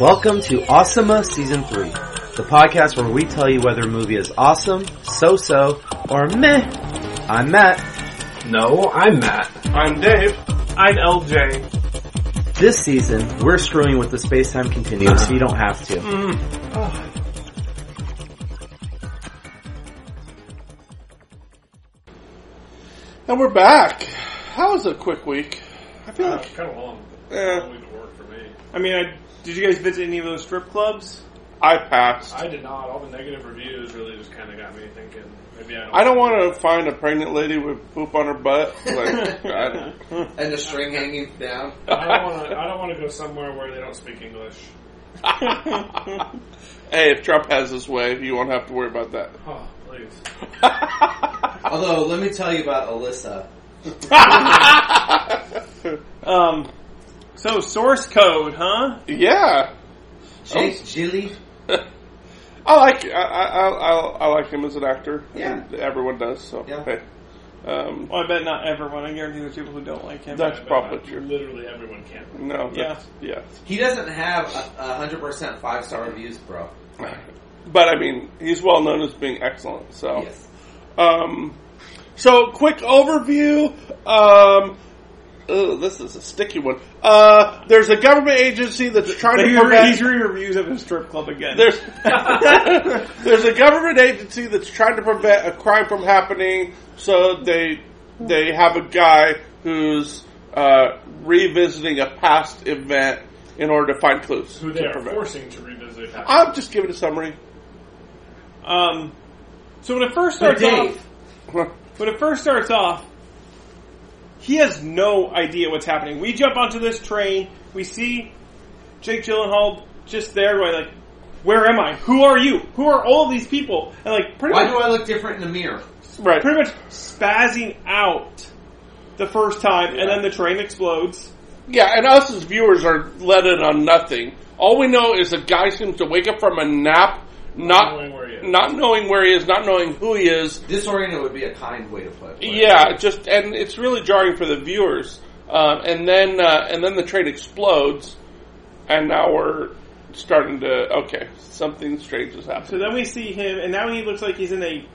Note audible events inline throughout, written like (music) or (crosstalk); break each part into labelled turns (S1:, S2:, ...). S1: Welcome to Awesomea Season 3, the podcast where we tell you whether a movie is awesome, so-so, or meh. I'm Matt.
S2: No, I'm Matt.
S3: I'm Dave. I'm LJ.
S1: This season, we're screwing with the space-time continuum, so you don't have to.
S3: And we're back. How was a quick week? I feel like.
S4: kind of long.
S3: eh,
S4: Need to work for me.
S5: Uh, I mean, I, did you guys visit any of those strip clubs?
S3: I passed.
S4: I did not. All the negative reviews really just kind of got me thinking. Maybe I don't.
S3: I don't want to find a pregnant lady with poop on her butt. Like, I don't.
S5: (laughs)
S2: And the string hanging down.
S4: I
S3: (laughs)
S4: don't want to. I don't want to go somewhere where they don't speak English.
S3: (laughs) Hey, if Trump has his way, you won't have to worry about that. (laughs)
S4: Oh, please.
S2: Although, let me tell you about Alyssa.
S5: Um, so source code, huh?
S1: Oh.
S3: Yeah,
S2: She's Jilly.
S3: I like I I, I, I like him as an actor.
S2: Yeah.
S3: And everyone does. So
S2: Yeah.
S3: hey, um,
S5: Well, I bet not everyone. I guarantee there's people who don't like him.
S3: That's
S4: But
S3: probably
S4: I-
S3: true.
S4: Literally everyone can.
S3: no, that's, yeah,
S2: He doesn't have a hundred percent five star reviews, bro.
S3: But I mean, he's well known as being excellent.
S1: Oh.
S3: So
S2: Yes.
S3: Um, so, quick overview. Um, oh, this is a sticky one. Uh, there's a government agency that's trying
S5: He's
S3: to
S5: re-
S3: prevent.
S5: he's reading reviews of his strip club
S3: (laughs)
S5: again.
S3: There's (laughs) there's a government agency that's trying to prevent a crime from happening. So they they have a guy who's uh, revisiting a past event in order to find clues.
S4: Who
S3: to
S4: they are
S3: prevent.
S4: forcing to revisit. That.
S3: I'm just giving a summary.
S5: um, so when it first starts
S2: Dave.
S5: off, when it first starts off, he has no idea what's happening. We jump onto this train. We see Jake Gyllenhaal just there, going like, "Where am I? Who are you? Who are all these people?" And like, pretty
S2: Why
S5: much
S2: do I look different in the mirror?
S3: Right.
S5: pretty much spazzing out the first time, and then the train explodes.
S3: Yeah, and us as viewers are let in on nothing. All we know is a guy seems to wake up from a nap, not
S4: knowing where he is.
S3: not knowing where he is, not knowing who he is.
S2: Disoriented would be a kind way to put it.
S3: Yeah, just and it's really jarring for the viewers. Um, and then uh, and then the train explodes, and now we're starting to okay, something strange has happened.
S5: So then we see him, and now he looks like he's in a,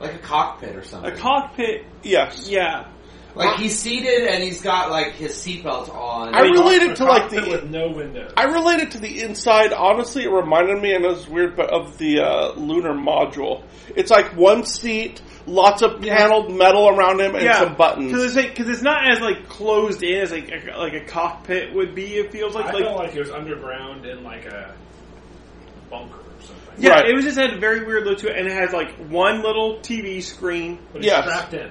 S2: Like a cockpit or
S5: a
S2: something.
S5: cockpit.
S3: Yes,
S5: Yeah.
S2: like he's seated and he's got like his seatbelt on.
S3: I related
S4: A
S3: to like
S4: cockpit with
S3: the.
S4: no windows.
S3: I related to the inside. Honestly, it reminded me, and it was weird, but of the uh, lunar module. It's like one seat, lots of
S2: Yeah.
S3: paneled metal around him, and
S5: yeah.
S3: some buttons.
S5: Because it's, like, 'cause it's not as like closed in as like a, like a cockpit would be. It feels like
S4: I
S5: like
S4: felt like he was underground in like a bunker or something.
S5: yeah.
S3: Right.
S5: It was just had a very weird look to it, and it has like one little TV screen.
S4: But he's
S3: Yes.
S4: strapped in.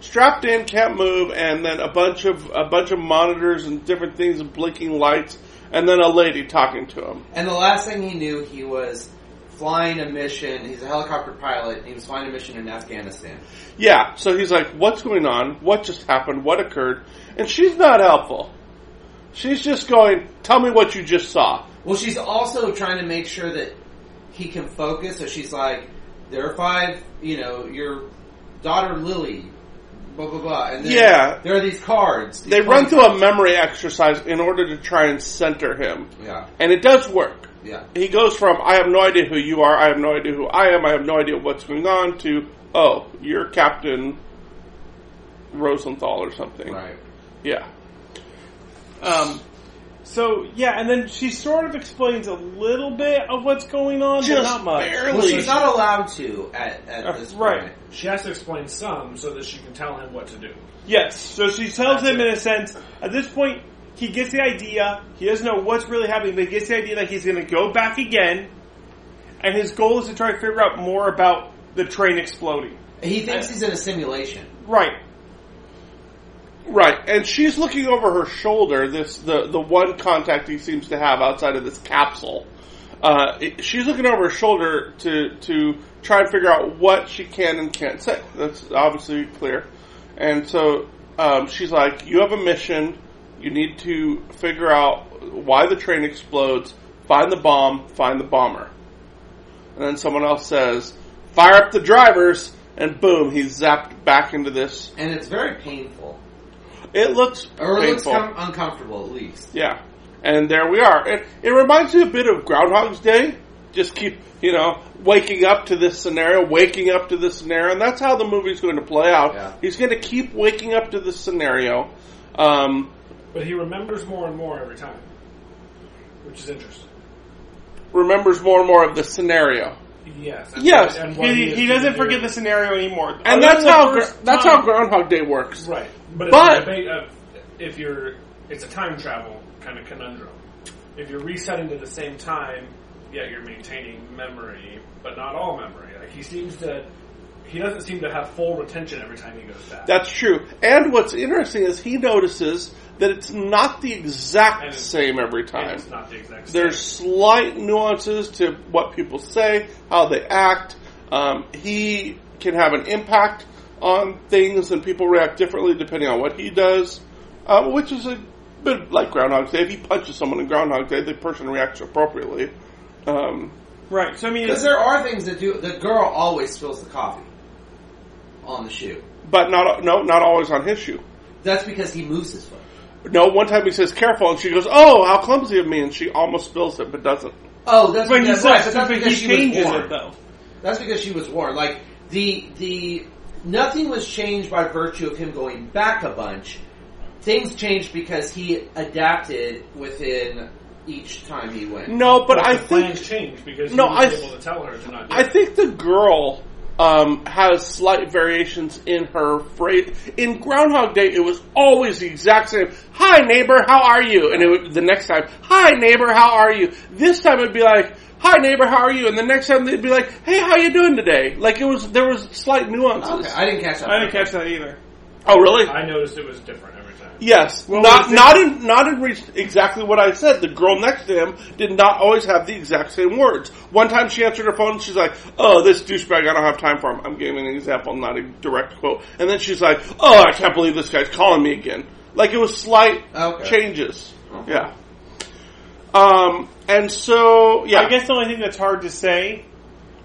S3: strapped in, can't move, and then a bunch of a bunch of monitors and different things and blinking lights, and then a lady talking to him.
S2: And the last thing he knew, he was flying a mission. He's a helicopter pilot. And he was flying a mission in Afghanistan.
S3: Yeah, so he's like, "What's going on? What just happened? What occurred?" And she's not helpful. She's just going, "Tell me what you just saw."
S2: Well, she's also trying to make sure that he can focus. So she's like, "There are five, you know, your daughter Lily, blah blah blah." And then
S3: Yeah.
S2: there are these cards.
S3: They run through a memory exercise in order to try and center him,
S2: Yeah,
S3: and it does work.
S2: yeah.
S3: He goes from "I have no idea who you are, I have no idea who I am, I have no idea what's going on" to "Oh, you're Captain Rosenthal or something."
S2: Right.
S3: Yeah.
S5: Um, so yeah, and then she sort of explains a little bit of what's going on, but not much.
S2: Well, she's not allowed to at, at this
S5: Uh, Right.
S2: point.
S4: She has to explain some so that she can tell him what to do.
S5: Yes. So she tells him in a sense, at this point, he gets the idea. He doesn't know what's really happening, but he gets the idea that he's going to go back again. And his goal is to try to figure out more about the train exploding.
S2: He thinks he's in a simulation.
S5: Right.
S3: Right, and she's looking over her shoulder. This the the one contact he seems to have outside of this capsule. Uh, it- she's looking over her shoulder to to try and figure out what she can and can't say. That's obviously clear. And so um, she's like, "You have a mission. You need to figure out why the train explodes. Find the bomb. Find the bomber." And then someone else says, "Fire up the drivers." and boom, he's zapped back into this.
S2: and it's very painful,
S3: It looks
S2: or it looks
S3: painful.
S2: com- uncomfortable at least.
S3: Yeah, and there we are. It, it reminds me a bit of Groundhog's Day. Just keep, you know, waking up to this scenario, waking up to this scenario, and that's how the movie's going to play out.
S2: Yeah.
S3: He's going to keep waking up to this scenario. Um,
S4: But he remembers more and more every time, which is interesting.
S3: remembers more and more of the scenario,
S4: Yes.
S3: Yes,
S4: why
S5: He,
S4: is
S5: he doesn't
S4: doing
S5: forget
S4: it.
S5: the scenario anymore.
S3: and
S5: Other
S3: that's
S5: than the
S3: how
S5: first
S3: Gr- that's
S5: time-
S3: how Groundhog Day works.
S4: Right, but,
S3: But-
S4: it's a debate of if you're, it's a time travel kind of conundrum. If you're resetting to the same time, yeah, you're maintaining memory, but not all memory. Like he seems to, he doesn't seem to have full retention every time he goes back.
S3: That's true. And what's interesting is he notices that it's not the exact
S4: And-
S3: same every time.
S4: And it's not the exact. same.
S3: There's slight nuances to what people say, how they act. Um, he can have an impact on things, and people react differently depending on what he does, uh, which is a bit like Groundhog Day. If he punches someone in Groundhog Day, the person reacts appropriately. Um,
S5: Right. So I mean,
S2: Because there are things that do. The girl always spills the coffee on the shoe.
S3: but not no, not always on his shoe.
S2: That's because he moves his foot.
S3: No, one time he says "careful," and she goes, "Oh, how clumsy of me!" and she almost spills it, but doesn't.
S2: Oh, that's
S5: but he,
S2: because,
S5: says,
S2: right, but that's
S5: but
S2: because
S5: he
S2: she
S5: changes
S2: was
S5: it
S2: warned.
S5: though.
S2: That's because she was warned. Like the the nothing was changed by virtue of him going back a bunch. Things changed because he adapted within each time he went.
S3: No, but
S4: But
S3: I
S4: the
S3: think
S4: plans change because
S3: No,
S4: he was
S3: I-
S4: able to tell her to not. Do
S3: I
S4: it.
S3: think the girl um, has slight variations in her phrase. In Groundhog Day, it was always the exact same. Hi neighbor, how are you? And it would, the next time, hi neighbor, how are you? This time it'd be like, hi neighbor, how are you? And the next time they'd be like, hey, how you doing today? Like it was, there was slight nuances.
S2: Okay, I didn't catch that.
S5: I didn't catch that either.
S3: Oh, really?
S4: I noticed it was different every time.
S3: Yes,
S5: was
S3: not
S5: it?
S3: not in not in re- exactly what I said. The girl next to him did not always have the exact same words. One time she answered her phone. She's like, "Oh, this douchebag. I don't have time for him." I'm giving an example, not a direct quote. And then she's like, "Oh, I can't believe this guy's calling me again." Like it was slight
S2: Okay.
S3: changes. Yeah. Um, and so yeah,
S5: I guess the only thing that's hard to say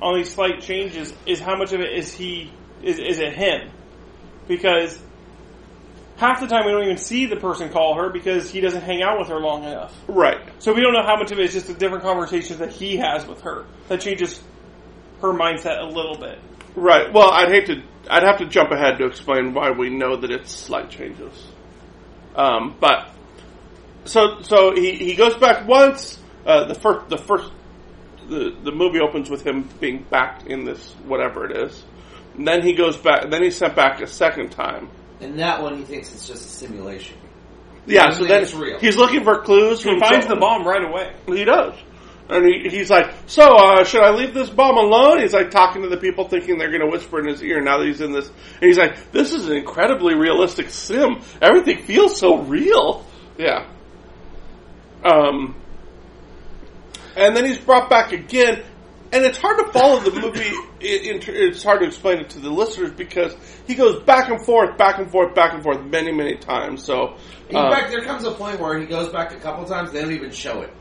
S5: on these slight changes is how much of it is he is is it him? Because half the time we don't even see the person call her because he doesn't hang out with her long enough.
S3: right.
S5: So we don't know how much of it is just the different conversations that he has with her that changes her mindset a little bit.
S3: Right. Well, I'd hate to. I'd have to jump ahead to explain why we know that it's slight changes. Um, but so so he, he goes back once. Uh, the first the first the the movie opens with him being back in this whatever it is. And then he goes back. Then he's sent back a second time.
S2: And that one, he thinks it's just a simulation.
S3: Yeah. So
S2: Doesn't mean
S3: then
S2: it's real.
S3: he's looking for clues.
S5: He
S3: from
S5: finds
S3: some-
S5: the bomb right away.
S3: He does. And he, he's like, so uh, should I leave this bomb alone? He's like talking to the people, thinking they're going to whisper in his ear. Now that he's in this, and he's like, this is an incredibly realistic sim. Everything feels so real. Yeah. Um. And then he's brought back again, and it's hard to follow the movie. (laughs) It, it, it's hard to explain it to the listeners because he goes back and forth, back and forth, back and forth, many, many times. So,
S2: In
S3: uh,
S2: fact, there comes a point where he goes back a couple times. They don't even show it.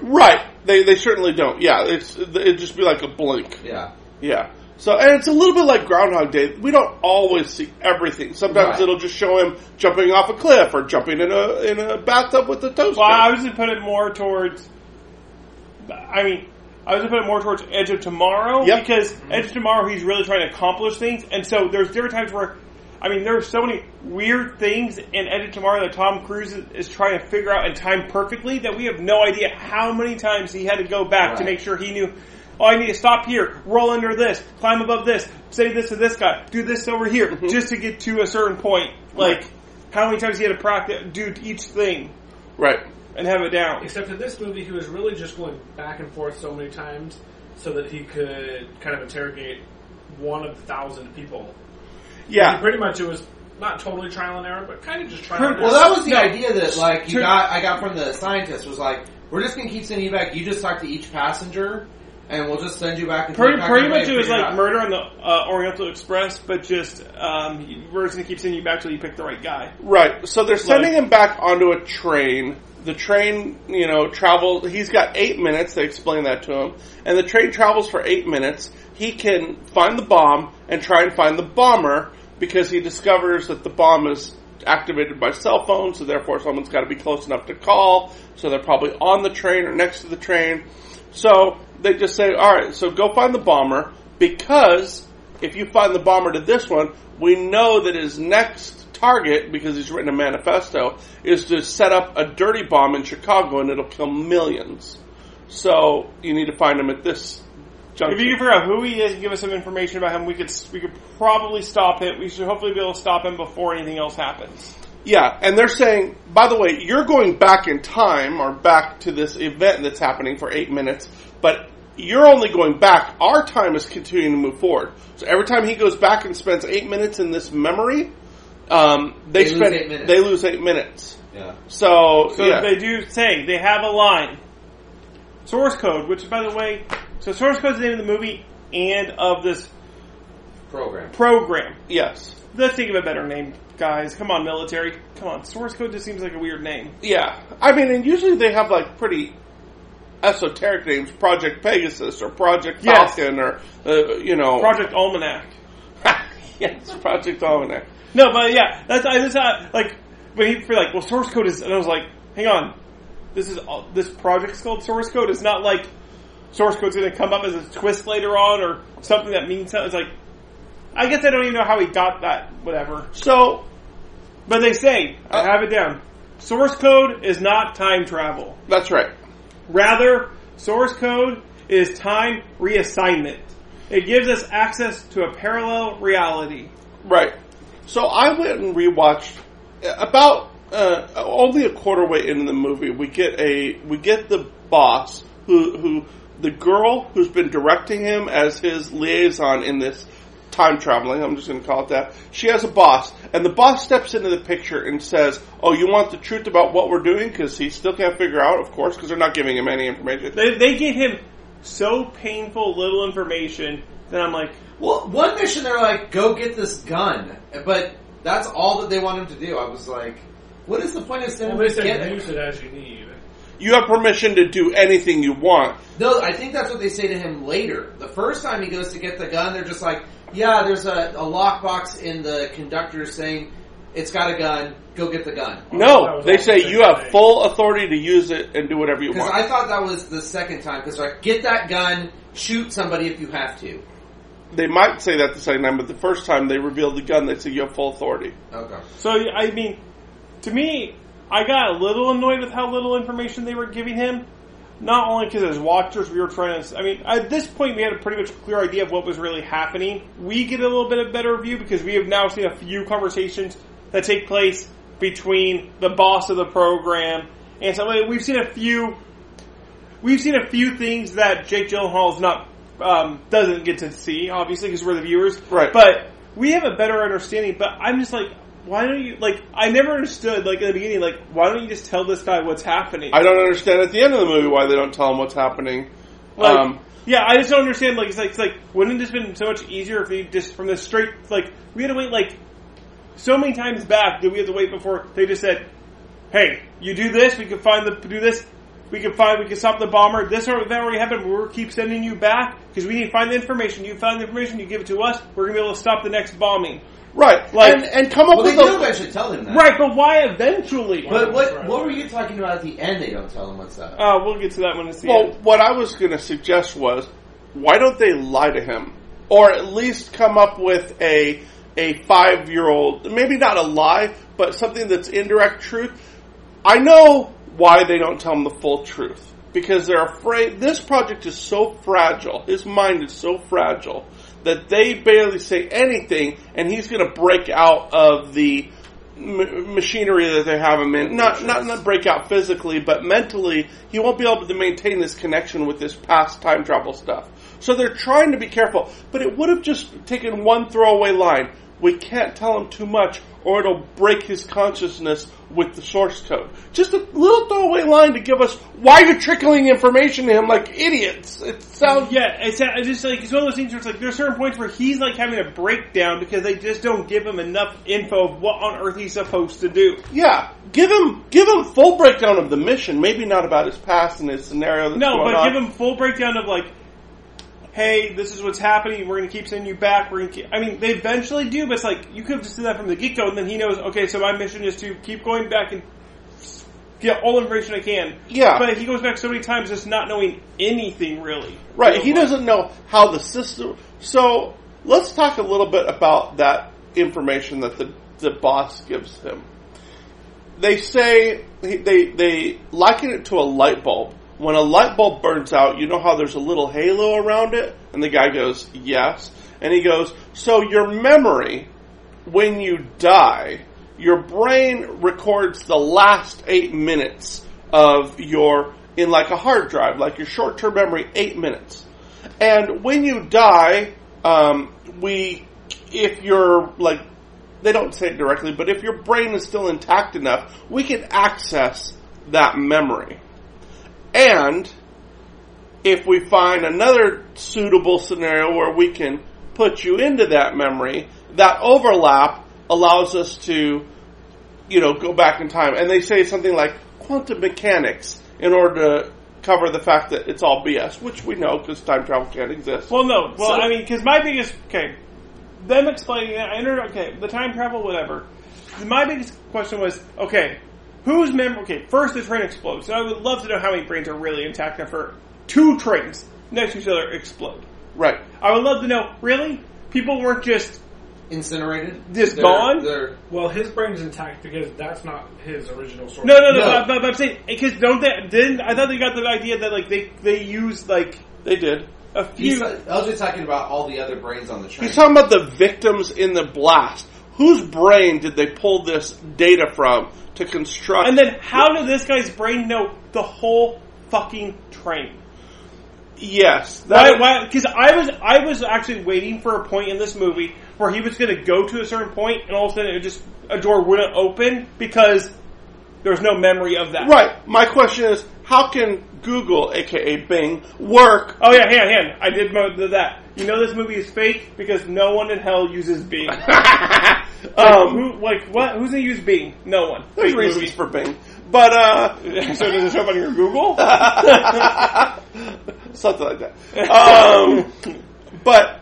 S3: Right. They they certainly don't. Yeah, it's it'd just be like a blink.
S2: Yeah.
S3: Yeah. So and it's a little bit like Groundhog Day. We don't always see everything. Sometimes
S2: Right.
S3: it'll just show him jumping off a cliff or jumping in a in a bathtub with a toaster.
S5: Well, I was to put it more towards. I mean, I was to put it more towards Edge of Tomorrow
S3: Yep.
S5: because Edge of Tomorrow, he's really trying to accomplish things, and so there's different times where, I mean, there are so many weird things in Edge of Tomorrow that Tom Cruise is, is trying to figure out and time perfectly that we have no idea how many times he had to go back to
S2: Right.
S5: make sure he knew. Oh, I need to stop here, roll under this, climb above this, say this to this guy, do this over here, just to get to a certain point. Like, how many times he had to practice, do each thing
S3: right.
S5: and have it down.
S4: Except in this movie, he was really just going back and forth so many times so that he could kind of interrogate one of the thousand people. He
S3: Yeah.
S4: pretty much it was not totally trial and error, but kind of just trial and error.
S2: Well, that was the idea that like you
S5: Turn-
S2: got. I got from the scientist was like, we're just gonna keep sending you back. You just talk to each passenger, and we'll just send you back. and
S5: Pretty,
S2: you're not
S5: pretty
S2: gonna
S5: much,
S2: really
S5: it was
S2: figure
S5: like
S2: out.
S5: Murder on the uh, Oriental Express, but just um, we're just gonna keep sending you back till you pick the right guy.
S3: Right. So they're sending him back onto a train the train, you know, travels. He's got eight minutes. They explain that to him, and the train travels for eight minutes. He can find the bomb and try and find the bomber because he discovers that the bomb is activated by cell phone, so therefore someone's got to be close enough to call. So they're probably on the train or next to the train. So they just say, "All right, so go find the bomber because if you find the bomber to this one, we know that his next target, because he's written a manifesto, is to set up a dirty bomb in Chicago and it'll kill millions. So you need to find him at this
S5: If you
S3: junction.
S5: can figure out who he is and give us some information about him, we could we could probably stop it. We should hopefully be able to stop him before anything else happens.
S3: Yeah, and they're saying, by the way, you're going back in time or back to this event that's happening for eight minutes, but you're only going back. Our time is continuing to move forward. So every time he goes back and spends eight minutes in this memory, um, they,
S2: They lose
S3: spend
S2: eight minutes.
S3: they lose eight minutes.
S2: Yeah.
S3: So,
S5: So
S3: yeah.
S5: they do say they have a line. Source code, which by the way, so source code is the name of the movie and of this
S2: Program.
S5: program.
S3: yes.
S5: Let's think of a better name, guys. Come on, military. Come on, source code just seems like a weird name.
S3: Yeah. I mean, and usually they have like pretty esoteric names, Project Pegasus or Project
S5: Yes.
S3: Falcon or, uh, you know.
S5: Project Almanac.
S3: yes, Project Almanac.
S5: No, but yeah, that's I just uh, like when he for like, well, source code is, and I was like, hang on, this is all, this project's called source code. It's not like source code's going to come up as a twist later on or something that means something. It's like, I guess I don't even know how he got that. Whatever.
S3: So,
S5: But they say I
S3: Uh,
S5: have it down. Source code is not time travel.
S3: that's right.
S5: Rather, source code is time reassignment. It gives us access to a parallel reality.
S3: Right. So I went and rewatched about uh, only a quarter way into the movie. We get a we get the boss who who the girl who's been directing him as his liaison in this time traveling. I'm just going to call it that. She has a boss, and the boss steps into the picture and says, "Oh, you want the truth about what we're doing?" Because he still can't figure out, of course, because they're not giving him any information.
S5: They, they gave him so painful little information that I'm like,
S2: Well, one mission they're like, go get this gun, but that's all that they want him to do. I was like, what is the point of
S4: Well,
S2: sending
S4: they
S2: him to
S4: said
S2: get it?
S4: use it as you need.
S3: You have permission to do anything you want.
S2: No, I think that's what they say to him later. The first time he goes to get the gun, they're just like, yeah, there's a, a lockbox in the conductor saying, it's got a gun, go get the gun.
S3: No, they say you have full authority to use it and do whatever you
S2: Because
S3: want.
S2: I thought that was the second time, because like, get that gun, shoot somebody if you have to.
S3: They might say that the second time, but the first time they revealed the gun, they said you have full authority.
S2: Okay.
S5: so I mean, to me, I got a little annoyed with how little information they were giving him. Not only because as watchers we were trying to, I mean, at this point we had a pretty much clear idea of what was really happening. We get a little bit of better view because we have now seen a few conversations that take place between the boss of the program and somebody. We've seen a few we've seen a few things that Jake Gyllenhaal's not um, doesn't get to see, obviously, because we're the viewers.
S3: Right.
S5: But we have a better understanding. But I'm just like, why don't you like? I never understood like in the beginning, like why don't you just tell this guy what's happening?
S3: I don't understand at the end of the movie why they don't tell him what's happening.
S5: like,
S3: um,
S5: yeah, I just don't understand. Like it's like, it's like wouldn't it just been so much easier if you just from the straight like we had to wait like so many times back did we have to wait before they just said, hey, you do this, we can find the do this. We can find, we can stop the bomber. This or that already happened. We'll keep sending you back because we need to find the information. You find the information, you give it to us. We're gonna be able to stop the next bombing.
S3: right.
S5: like-
S3: and, and come up
S2: Well, they
S3: with
S2: do
S3: a.
S2: eventually tell him that.
S5: Right, but why eventually?
S2: But what, what were you talking about at the end they don't tell him what's up?
S5: Uh, we'll get to that one. It's the
S3: Well,
S5: end.
S3: what I was going to suggest was why don't they lie to him? Or at least come up with a, a five year old, maybe not a lie, but something that's indirect truth. I know why they don't tell him the full truth because they're afraid. This project is so fragile. His mind is so fragile that they barely say anything, and he's going to break out of the m- machinery that they have him in. Not not not break out physically, but mentally, he won't be able to maintain this connection with this past time travel stuff. So they're trying to be careful, but it would have just taken one throwaway line. we can't tell him too much or it'll break his consciousness with the source code. Just a little throwaway line to give us why you're trickling information to him like idiots. It sounds
S5: yeah, it's, uh, it's just like it's one of those things where it's like there's certain points where he's like having a breakdown because they just don't give him enough info of what on earth he's supposed to do.
S3: yeah. Give him give him full breakdown of the mission. Maybe not about his past and his scenario. That's
S5: No,
S3: going
S5: but
S3: on.
S5: give him full breakdown of like, hey, this is what's happening. We're going to keep sending you back. We're going to. Keep... I mean, they eventually do, but it's like you could have just done that from the get go, and then he knows. Okay, so my mission is to keep going back and get all the information I can.
S3: Yeah.
S5: but he goes back so many times, just not knowing anything really.
S3: Right,
S5: So,
S3: he
S5: like,
S3: doesn't know how the system. So let's talk a little bit about that information that the, the boss gives him. They say they they liken it to a light bulb. When a light bulb burns out, you know how there's a little halo around it, and the guy goes, "Yes," and he goes, "So your memory, when you die, your brain records the last eight minutes of your in like a hard drive, like your short term memory, eight minutes. And when you die, um, we if you're like they don't say it directly, but if your brain is still intact enough, we can access that memory. And if we find another suitable scenario where we can put you into that memory, that overlap allows us to, you know, go back in time. And they say something like quantum mechanics in order to cover the fact that it's all BS, which we know because time travel can't exist.
S5: Well, no. Well,
S3: So-
S5: I mean, because my biggest okay, them explaining that I under okay the time travel whatever. My biggest question was okay, whose memory? Okay, first the train explodes. So I would love to know how many brains are really intact enough for two trains next to each other explode.
S3: Right.
S5: I would love to know really people weren't just
S2: Incinerated?
S5: This
S2: They're-
S5: bond?
S2: they're-
S4: Well, his brain's intact because that's not his original source.
S5: no no no.
S2: No.
S5: But, but- but I'm saying because don't they didn't I thought they got the idea that like they they used like
S3: They did.
S5: a
S2: he's,
S5: few.
S2: I was just talking about all the other brains on the train.
S3: He's talking about the victims in the blast. Whose brain did they pull this data from to construct?
S5: and then how did this guy's brain know the whole fucking train?
S3: yes,
S5: Why? Why? Because I was I was actually waiting for a point in this movie where he was going to go to a certain point, and all of a sudden, it just a door wouldn't open because there was no memory of that.
S3: Right. My question is, how can Google, aka Bing, work? (laughs)
S5: Oh yeah, hand hand. I did mo- th- that. You know this movie is fake because no one in hell
S3: (laughs)
S5: uses Bing.
S3: Uh,
S5: um, who, like what? Who's gonna use Bing? No one.
S3: There's
S5: Fake
S3: reasons
S5: movie.
S3: for Bing, but (laughs) uh,
S5: so does it show up on your Google?
S3: (laughs) something like that. Um, but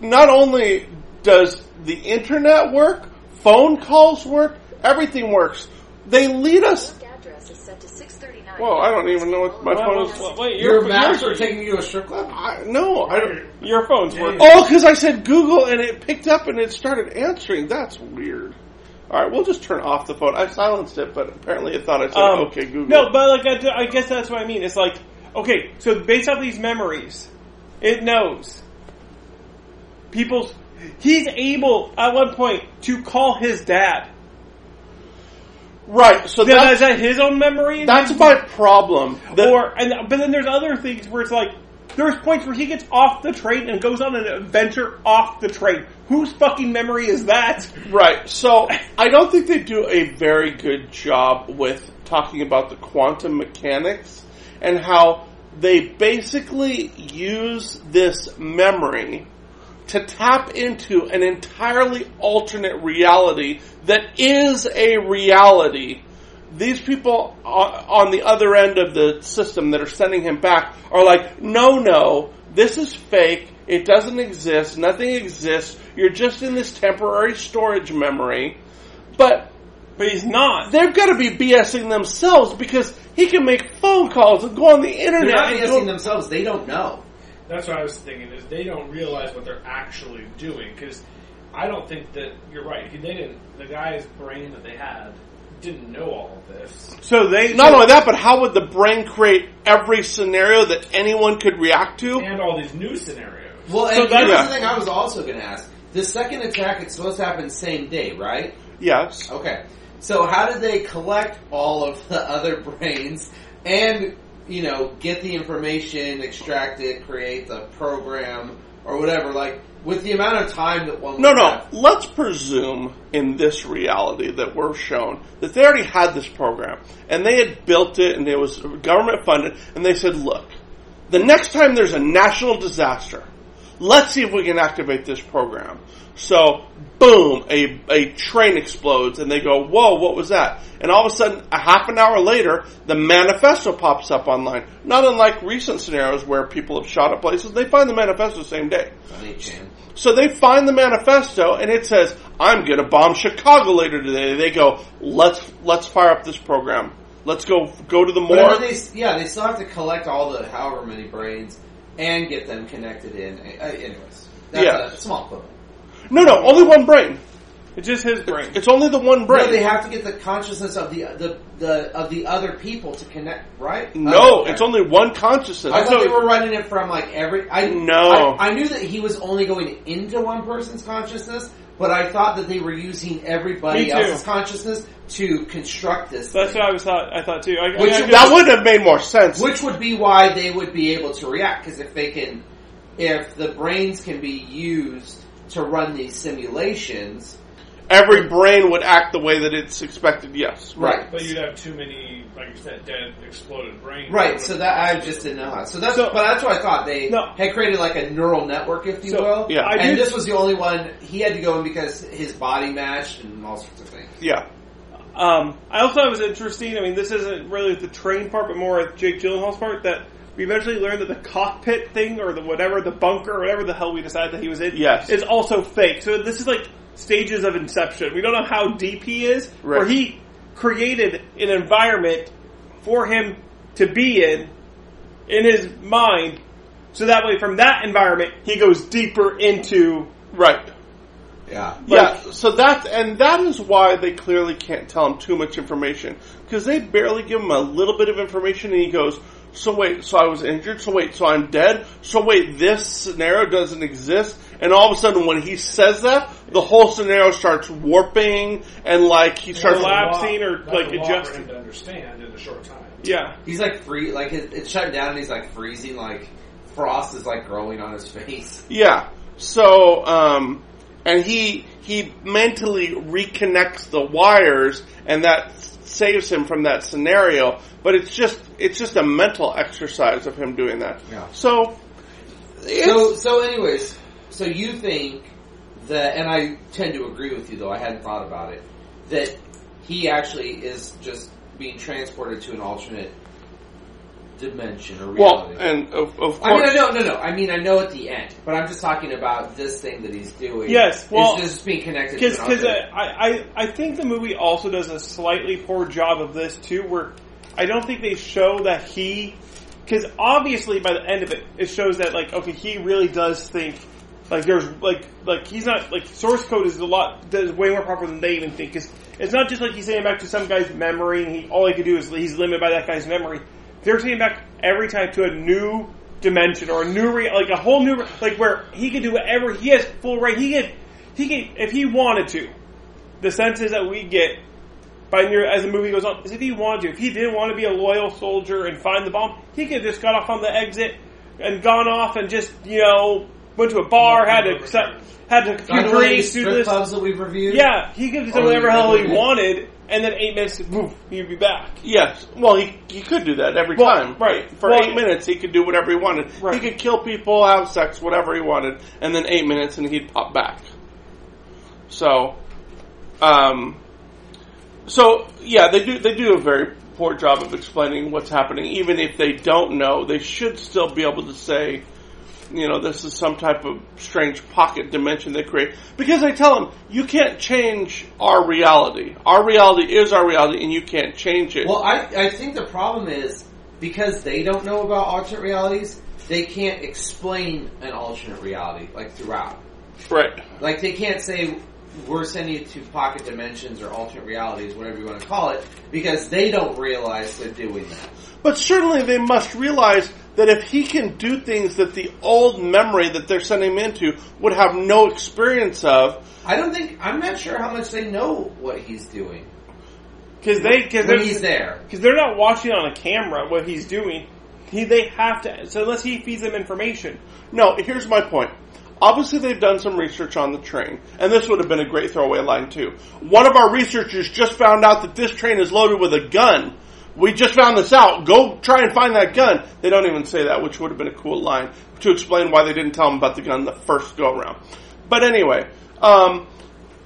S3: not only does the internet work, phone calls work, everything works. They lead us.
S6: address is set to 639.
S3: Whoa! I don't even know what my
S5: Why
S3: phone
S5: was-
S3: is.
S5: wait, wait,
S2: your
S5: your,
S2: maps
S5: your,
S2: are taking you to a strip club?
S3: I, no, I don't.
S5: your phone's working.
S3: Oh, because I said Google and it picked up and it started answering. That's weird. All right, we'll just turn off the phone. I silenced it, but apparently it thought I said
S5: Um,
S3: okay Google.
S5: No, but like I, do- I guess that's what I mean. It's like okay, so based off these memories, it knows people's. He's able at one point to call his dad.
S3: right. So
S5: Now,
S3: that's
S5: is that his own memory?
S3: that's my problem. That-
S5: or and but then there's other things where it's like there's points where he gets off the train and goes on an adventure off the train. Whose fucking memory is that?
S3: Right. So I don't think they do a very good job with talking about the quantum mechanics and how they basically use this memory to tap into an entirely alternate reality that is a reality. These people o- on the other end of the system that are sending him back are like, no, no, this is fake. It doesn't exist. Nothing exists. You're just in this temporary storage memory. But
S5: But he's not.
S3: they've got to be BSing themselves because he can make phone calls and go on the
S2: They're
S3: internet.
S2: not
S3: and
S2: guessing
S3: go-
S2: themselves. They don't know.
S4: That's what I was thinking is they don't realize what they're actually doing because I don't think that you're right. He, they didn't. The guy's brain that they had didn't know all of this.
S5: So they
S3: Not only that, but how would the brain create every scenario that anyone could react to?
S4: and all these new scenarios.
S2: Well,
S5: So
S2: and
S5: that-
S2: here's
S3: yeah.
S2: the thing I was also going to ask. The second attack, it's supposed to happen same day, right?
S3: Yes.
S2: Okay. So how did they collect all of the (laughs) other brains and, you know, get the information, extract it, create the program, or whatever. Like with the amount of time that one.
S3: No,
S2: would
S3: no.
S2: have.
S3: Let's presume in this reality that we're shown that they already had this program and they had built it and it was government funded and they said, look, the next time there's a national disaster, let's see if we can activate this program. So, boom, a, a train explodes and they go, whoa, what was that? And all of a sudden, a half an hour later, the manifesto pops up online. Not unlike recent scenarios where people have shot at places, they find the manifesto the same day.
S2: Funny, Jim.
S3: So they find the manifesto and it says, "I'm going to bomb Chicago later today." They go, "Let's let's fire up this program. Let's go go to the
S2: But I mean,
S3: more."
S2: they, s- yeah, they still have to collect all the however many brains and get them connected in. Uh, anyways, that's
S3: Yeah.
S2: a small equivalent.
S3: No, no, only one brain.
S5: It's just his brain.
S3: It's only the one
S2: No, they
S3: brain.
S2: have to get the consciousness of the the, the of the other people to connect, right?
S3: No,
S2: Oh, okay.
S3: it's only one consciousness.
S2: I thought
S3: So-
S2: they were running it from like every. I
S3: No.
S2: I, I knew that he was only going into one person's consciousness, but I thought that they were using
S5: Me
S2: everybody
S5: too.
S2: else's consciousness to construct this.
S5: That's
S2: thing.
S5: what I was thought. I thought too. I, I,
S2: Which-
S5: I,
S3: that would have made more sense.
S2: Which would be why they would be able to react because if they can, if the brains can be used to run these simulations,
S3: Every brain would act the way that it's expected. Yes,
S2: right,
S4: But you'd have too many, like you said, dead, exploded brains.
S2: right. So that I just didn't know. How. So that's
S5: So-
S2: but that's what I thought they
S5: No.
S2: had created like a neural network, if you
S5: So,
S2: will.
S3: yeah. I
S2: and
S5: did-
S2: this was the only one he had to go in because his body matched and all sorts of things.
S3: Yeah,
S5: Um, I also thought it was interesting. I mean, this isn't really the train part, but more at Jake Gyllenhaal's part that we eventually learned that the cockpit thing or the whatever the bunker or whatever the hell we decided that he was in
S3: Yes.
S5: is also fake. So this is like stages of inception. We don't know how deep he is, or
S3: Right.
S5: he created an environment for him to be in in his mind. So that way, from that environment, he goes deeper into
S3: right.
S2: Yeah.
S3: yeah, so that's and that is why they clearly can't tell him too much information because they barely give him a little bit of information, and he goes, "So wait, so I was injured. So wait, so I'm dead. So wait, this scenario doesn't exist." And all of a sudden, when he says that, the whole scenario starts warping, and like he starts
S5: collapsing or,
S4: That's
S5: like,
S4: a lot
S5: adjusting.
S4: for him to understand in a short time.
S5: yeah.
S2: He's like free, like his, it's shut down, and he's like freezing. Like frost is like growing on his (laughs) face.
S3: Yeah. So, um, and he he mentally reconnects the wires, and that saves him from that scenario. But it's just it's just a mental exercise of him doing that.
S2: Yeah.
S3: So,
S2: So,
S3: it's,
S2: so, anyways, so you think that, and I tend to agree with you, though I hadn't thought about it, that he actually is just being transported to an alternate dimension or
S3: well,
S2: reality.
S3: and of, of
S2: I mean, I
S3: course,
S2: know, no, no. I mean, I know at the end, but I'm just talking about this thing that he's doing.
S5: Yes, well, uh,
S2: it's just being connected
S5: Because
S2: to an
S5: because
S2: alternate-
S5: I, I I think the movie also does a slightly poor job of this too, where I don't think they show that he because obviously by the end of it it shows that like okay he really does think like there's like like he's not like source code is a lot that is way more proper than they even think because it's not just like he's saying back to some guy's memory and he all he could do is he's limited by that guy's memory. They're saying back every time to a new dimension or a new re- like a whole new re- like where he could do whatever he has full right he could he could if he wanted to the senses that we get by near as the movie goes on is if he wanted to, if he didn't want to be a loyal soldier and find the bomb, he could have just got off on the exit and gone off and just you know went to a bar, had a had a
S2: By
S5: few
S2: the way,
S5: drinks,
S2: strip
S5: do this.
S2: clubs that we've reviewed.
S5: Yeah, he could have done
S2: Or
S5: whatever hell he
S2: whatever.
S5: wanted, and then eight minutes, boom, he'd be back.
S3: yes. Well, he he could do that every
S5: Well,
S3: time,
S5: right.
S3: For
S5: Well-
S3: eight minutes, he could do whatever he wanted.
S5: Right.
S3: He could kill people, have sex, whatever he wanted, and then eight minutes, and he'd pop back. So, um, so yeah, they do they do a very poor job of explaining what's happening. Even if they don't know, they should still be able to say, you know, this is some type of strange pocket dimension they create. Because they tell them you can't change our reality. Our reality is our reality, and you can't change it.
S2: Well, I, I think the problem is because they don't know about alternate realities, they can't explain an alternate reality like throughout.
S3: right.
S2: Like they can't say we're sending it to pocket dimensions or alternate realities, whatever you want to call it, because they don't realize they're doing that.
S3: But certainly they must realize that if he can do things that the old memory that they're sending him into would have no experience of,
S2: I don't think I'm not sure how much they know what he's doing
S5: Because they, because
S2: when he's there.
S5: because they're not watching on a camera what he's doing. He, they have to, so unless he feeds them information.
S3: no, here's my point. Obviously, they've done some research on the train, and this would have been a great throwaway line too. One of our researchers just found out that this train is loaded with a gun. We just found this out. Go try and find that gun. They don't even say that, which would have been a cool line to explain why they didn't tell them about the gun the first go around. But anyway, um,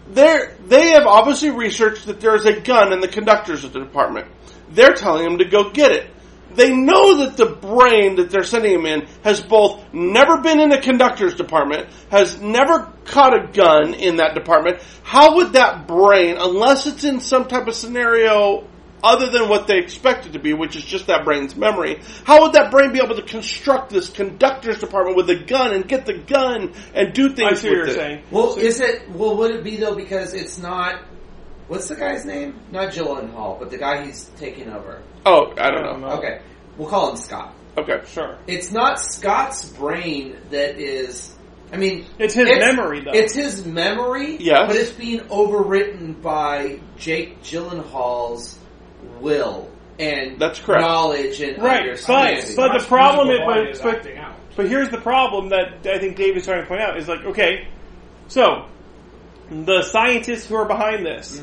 S3: they they have obviously researched that there is a gun in the conductors of the department. They're telling him to go get it. They know that the brain that they're sending him in has both never been in a conductor's department, has never caught a gun in that department. How would that brain, unless it's in some type of scenario other than what they expect it to be, which is just that brain's memory, how would that brain be able to construct this conductor's department with a gun and get the gun and do
S5: I
S3: things
S5: see
S3: with
S5: what you're
S3: it?
S5: saying.
S2: Well, is it? Well, would it be though? Because it's not. What's the guy's name? Not Gyllenhaal, but the guy he's taking over.
S3: Oh, I don't know.
S2: Okay, we'll call him Scott.
S3: Okay.
S5: Sure.
S2: It's not Scott's brain that is. I mean,
S5: It's his memory, though.
S2: It's his memory,
S3: Yes.
S2: but it's being overwritten by Jake Gyllenhaal's will and
S3: That's correct.
S2: knowledge and
S5: Right, but,
S2: understanding.
S5: but the problem is,
S4: Musical line
S5: but,
S4: is
S5: but
S4: acting out.
S5: But here's the problem that I think Dave is trying to point out is like, okay, so the scientists who are behind this,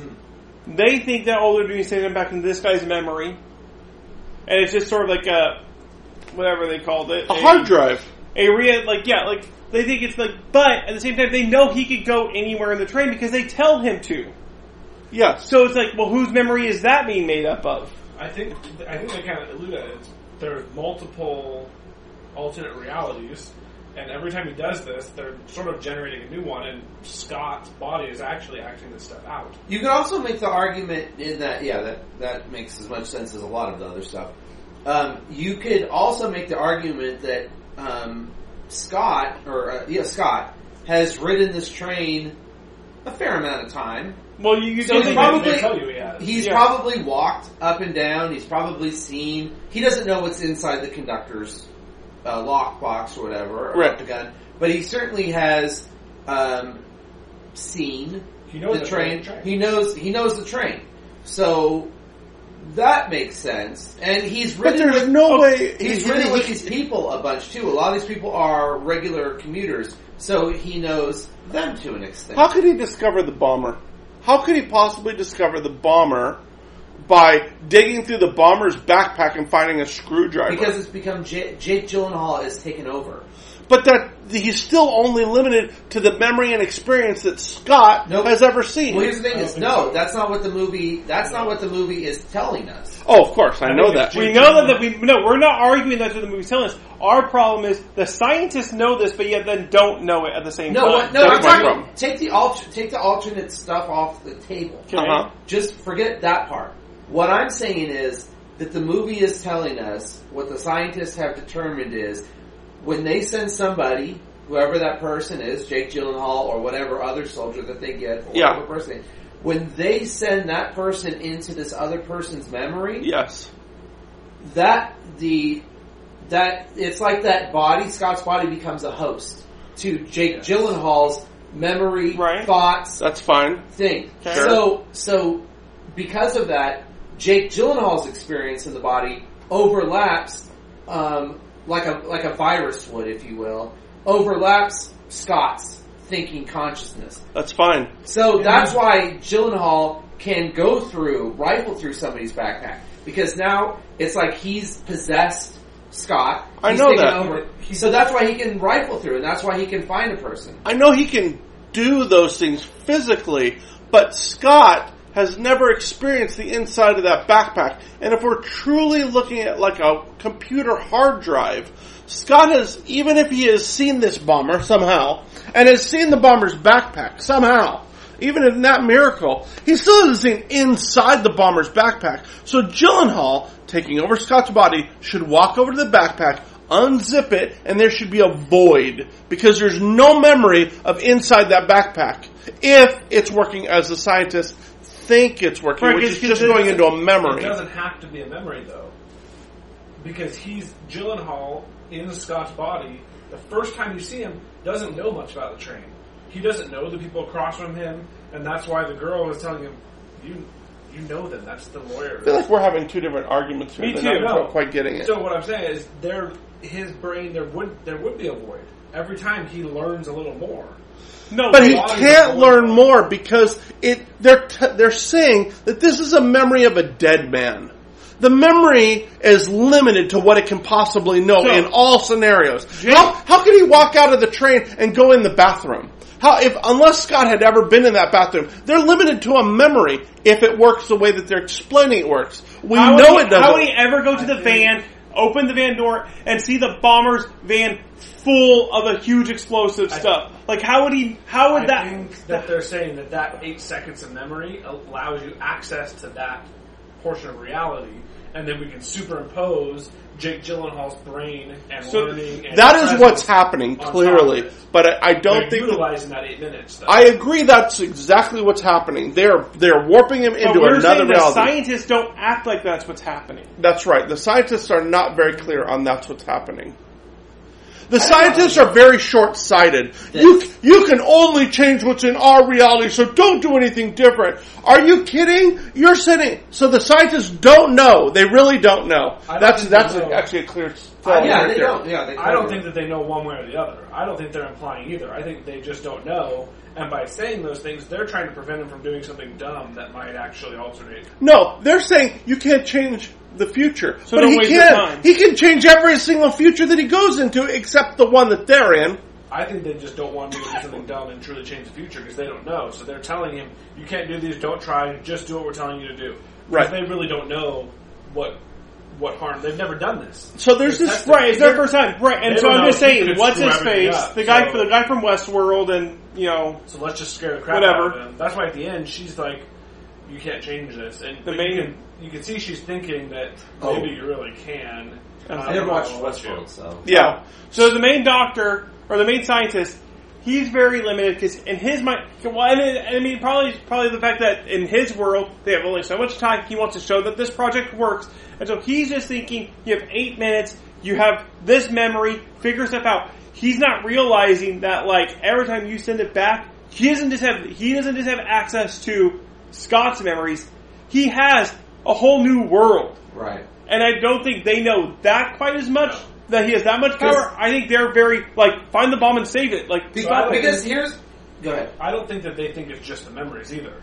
S5: they think that all they're doing is sending them back into this guy's memory, and it's just sort of like a whatever they called it,
S3: A hard drive.
S5: a rea- like yeah, like they think it's like, but at the same time they know he could go anywhere in the train because they tell him to.
S3: Yes.
S5: So it's like, well, whose memory is that being made up of?
S4: I think I think they kind of allude at it. There are multiple alternate realities, and every time he does this, they're sort of generating a new one. And Scott's body is actually acting this stuff out.
S2: You could also make the argument in that, yeah, that, that makes as much sense as a lot of the other stuff. Um, you could also make the argument that um, Scott, or uh, yeah, Scott, has ridden this train a fair amount of time.
S5: Well, you, you
S2: So
S5: do
S2: it's
S5: think
S4: They-
S5: that-
S2: Probably-
S4: they tell you he has.
S2: He's
S5: Yeah.
S2: probably walked up and down. He's probably seen. He doesn't know what's inside the conductor's uh, lockbox or whatever, or
S3: Right.
S2: the gun. But he certainly has um, seen
S4: He knows
S2: the
S4: it's
S2: train.
S4: a train.
S2: He knows he knows the train. So that makes sense. And he's
S3: But
S2: ridden
S3: there's
S2: with,
S3: no way
S2: he's ridden with these people a bunch too. A lot of these people are regular commuters, so he knows them to an extent.
S3: How could he discover the bomber? How could he possibly discover the bomber by digging through the bomber's backpack and finding a screwdriver?
S2: Because it's become J- Jake Gyllenhaal has taken over.
S3: but that he's still only limited to the memory and experience that Scott
S2: Nope.
S3: has ever seen.
S2: Well, here's the thing:
S4: I don't
S2: is
S4: think
S2: no,
S4: so.
S2: that's not what the movie. That's not what the movie is telling us.
S3: oh, of course, I,
S4: I
S3: know
S4: think
S3: that.
S4: it's
S5: We know that, that we no, we're not arguing that's what the movie's telling us. Our problem is the scientists know this, but yet then don't know it at the same
S2: No,
S5: time.
S2: what, no,
S3: that's
S2: I'm
S3: my
S2: talking.
S3: problem.
S2: Take the alter, take the alternate stuff off the table.
S3: Uh-huh.
S2: Just forget that part. What I'm saying is that the movie is telling us what the scientists have determined is when they send somebody, whoever that person is, Jake Gyllenhaal or whatever other soldier that they get, or
S3: Yeah.
S2: whatever person, when they send that person into this other person's memory,
S3: Yes.
S2: that the that it's like that body Scott's body becomes a host to Jake Gyllenhaal's memory,
S5: Right.
S2: thoughts,
S3: That's fine.
S2: thing.
S5: Okay.
S3: Sure.
S2: So so because of that, Jake Gyllenhaal's experience in the body overlaps, um, like a like a virus would, if you will, overlaps Scott's thinking consciousness.
S3: That's fine.
S2: So that's why Gyllenhaal can go through, rifle through somebody's backpack because now it's like he's possessed Scott.
S3: I
S2: He's
S3: know
S2: taken
S3: that.
S2: Over. So that's why he can rifle through, and that's why he can find a person.
S3: I know he can do those things physically, but Scott has never experienced the inside of that backpack. And if we're truly looking at like a computer hard drive, Scott has, even if he has seen this bomber somehow, and has seen the bomber's backpack somehow, even in that miracle, he still hasn't seen inside the bomber's backpack. So Gyllenhaal, taking over Scott's body, should walk over to the backpack, unzip it, and there should be a void because there's no memory of inside that backpack. If it's working as the scientists think it's working,
S5: Right,
S3: which
S5: it's
S3: is just
S5: considered-
S3: going into a
S4: It
S3: memory.
S4: doesn't have to be a memory though, because he's Gyllenhaal in Scott's body. The first time you see him, doesn't know much about the train. He doesn't know the people across from him, and that's why the girl is telling him, "You, you know them. That's the lawyer."
S3: I feel like we're having two different arguments here.
S5: Me
S3: They're
S5: too.
S3: Not
S4: No.
S3: quite getting it.
S4: So what I'm saying is, there, his brain, there would there would be a void every time he learns a little more.
S5: No,
S3: But he
S4: Why is
S3: can't
S4: it
S3: learn
S4: going on?
S3: more because it. They're t- they're saying that this is a memory of a dead man. The memory is limited to what it can possibly know
S5: So-
S3: in all scenarios. How, how could he walk out of the train and go in the bathroom? How if unless Scott had ever been in that bathroom, they're limited to a memory if it works the way that they're explaining it works. We
S5: how
S3: know
S5: would
S3: it
S5: he,
S3: doesn't.
S5: How would he ever go to the van, open the van door, and see the bomber's van full of a huge explosive stuff? Like, how would he? How would
S4: I
S5: that?
S4: think that they're saying that that eight seconds of memory allows you access to that portion of reality, and then we can superimpose Jake Gyllenhaal's brain and
S5: So
S4: learning. And
S3: that is what's
S4: presence.
S3: happening
S4: top
S3: clearly,
S4: of it.
S3: but I, I don't think
S4: They're
S3: that-
S4: utilizing that eight minutes. Though.
S3: I agree. That's exactly what's happening. They're they're warping him
S5: But
S3: into
S5: we're
S3: another
S5: saying the
S3: reality.
S5: scientists don't act like that's what's happening.
S3: that's right. The scientists are not very clear on that's what's happening. The scientists are very short-sighted. You c- you can only change what's in our reality, so don't do anything different. Are you kidding? You're sitting. So the scientists don't know. They really don't know.
S4: I don't
S3: that's
S4: think
S3: that's
S4: they know.
S3: a, actually a clear.
S4: I-
S2: yeah,
S3: right
S2: they
S3: there.
S2: don't. Yeah, they
S4: I don't think that they know one way or the other. I don't think they're implying either. I think they just don't know. And by saying those things, they're trying to prevent him from doing something dumb that might actually alternate.
S3: No, they're saying you can't change the future.
S5: So
S3: but
S5: don't
S3: he
S5: waste your time.
S3: can. He can change every single future that he goes into, except the one that they're in.
S4: I think they just don't want to do something dumb and truly change the future because they don't know. So they're telling him, "You can't do these. Don't try. Just do what we're telling you to do." 'Cause
S3: Right.
S4: They really don't know what what harm. They've never done this.
S3: So there's this
S4: That's
S5: Right, it's their
S3: there-
S5: first time. Right, and
S4: They
S5: so
S4: don't
S5: I'm
S4: know.
S5: just
S4: You
S5: saying,
S4: could
S5: what's
S4: screw
S5: his
S4: everything
S5: face?
S4: up,
S5: the guy,
S4: so-
S5: the guy from Westworld, and you know,
S4: So let's just scare the crap
S5: Whatever.
S4: out of them. That's why at the end she's like, "You can't change this." And
S5: The
S4: but
S5: main-
S4: you can, you can see she's thinking that
S2: Oh.
S4: maybe you really can.
S2: I never watched Westworld, so
S3: Yeah.
S5: So the main doctor or the main scientist, he's very limited because in his mind, well, and it- I mean, probably probably the fact that in his world they have only so much time. He wants to show that this project works, and so he's just thinking, you have eight minutes, you have this memory, figure stuff out. He's not realizing that like every time you send it back, he doesn't just have he doesn't just have access to Scott's memories. He has a whole new world.
S2: right.
S5: And I don't think they know that quite as much that he has that much power.
S2: Because-
S5: I think they're very like find the bomb and save it. Like
S2: Be-
S4: So I don't
S2: because
S4: think-
S2: here's go ahead.
S4: I don't think that they think it's just the memories either.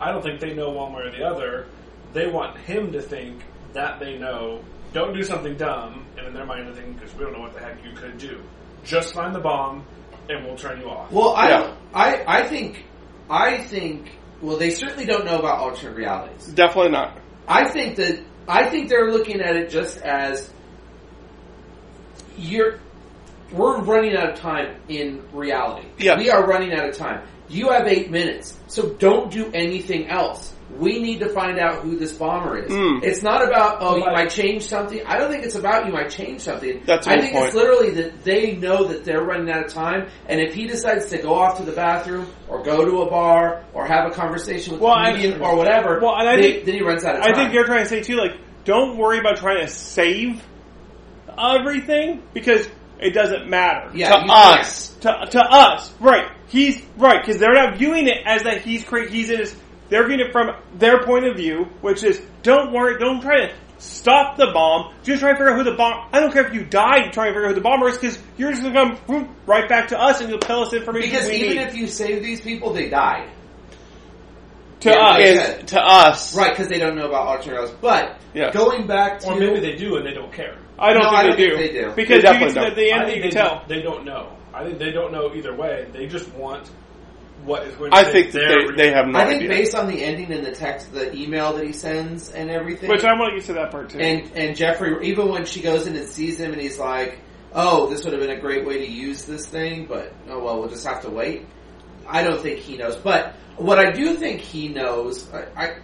S4: I don't think they know one way or the other. They want him to think that they know. Don't do something dumb, and in their mind, they think because we don't know what the heck you could do. Just find the bomb, and we'll turn you off.
S2: Well, I
S3: Yeah.
S2: don't. I I think I think. Well, they certainly don't know about alternate realities.
S3: Definitely not.
S2: I think that I think they're looking at it just as you're. We're running out of time in reality.
S3: Yeah.
S2: We are running out of time. You have eight minutes, so don't do anything else. We need to find out who this bomber is.
S5: Hmm.
S3: Mm.
S2: It's not about oh you
S4: Right.
S2: might change something. I don't think it's about you might change something.
S3: That's a
S2: I
S3: good
S2: think
S3: point.
S2: it's literally that they know that they're running out of time, and if he decides to go off to the bathroom or go to a bar or have a conversation with
S5: Well,
S2: a
S5: I-
S2: comedian or whatever,
S5: Well, and I
S2: then,
S5: think-
S2: then he runs out of time.
S5: I think they're trying to say too, like don't worry about trying to save everything because it doesn't matter.
S2: yeah,
S3: to
S2: he's
S3: us.
S5: To, to us, right? He's right because they're not viewing it as that he's crazy. He's in his, they're viewing it from their point of view, which is don't worry, don't try to stop the bomb. Just try to figure out who the bomb. I don't care if you die trying to figure out who the bomber is because you're just gonna come whoop, right back to us and you'll tell us information
S2: Because
S5: we
S2: even
S5: need.
S2: if you save these people, they die.
S5: to
S2: Yeah,
S5: us,
S2: yeah.
S3: Is- to us.
S2: Right, because they don't know about alternate realities. But
S3: Yeah.
S2: going back to
S4: Or maybe they do and they don't care.
S5: I don't,
S2: No,
S5: think,
S2: I
S5: they
S2: don't
S5: do.
S2: think they do.
S5: because
S3: They
S5: you can,
S3: definitely
S5: at the
S4: I
S5: end
S4: think
S5: you
S4: they
S5: can tell.
S4: They don't know. I think they don't know either way. They just want what is going to
S3: I
S4: fit
S3: think that they,
S4: their
S3: they have no
S2: I think
S3: idea.
S2: based on the ending and the text, the email that he sends and everything,
S5: Which I want to get to that part too.
S2: and and Jeffrey, even when she goes in and sees him, and he's like, "Oh, this would have been a great way to use this thing, but oh well, we'll just have to wait." I don't think he knows, but what I do think he knows, I, I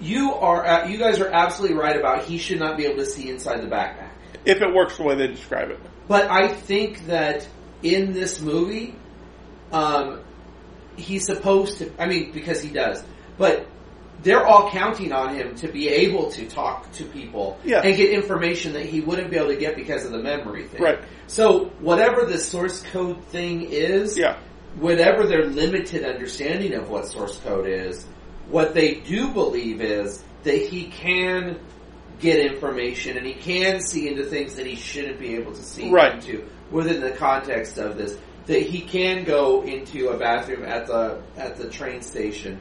S2: you are uh, you guys are absolutely right about he should not be able to see inside the backpack.
S3: if it works the way they describe it.
S2: But I think that in this movie, um, he's supposed to. I mean, because he does. But they're all counting on him to be able to talk to people
S3: Yeah.
S2: and get information that he wouldn't be able to get because of the memory thing.
S3: Right.
S2: So whatever the source code thing is,
S3: Yeah.
S2: whatever their limited understanding of what source code is, what they do believe is that he can get information and he can see into things that he shouldn't be able to see
S3: Right.
S2: into within the context of this that he can go into a bathroom at the at the train station.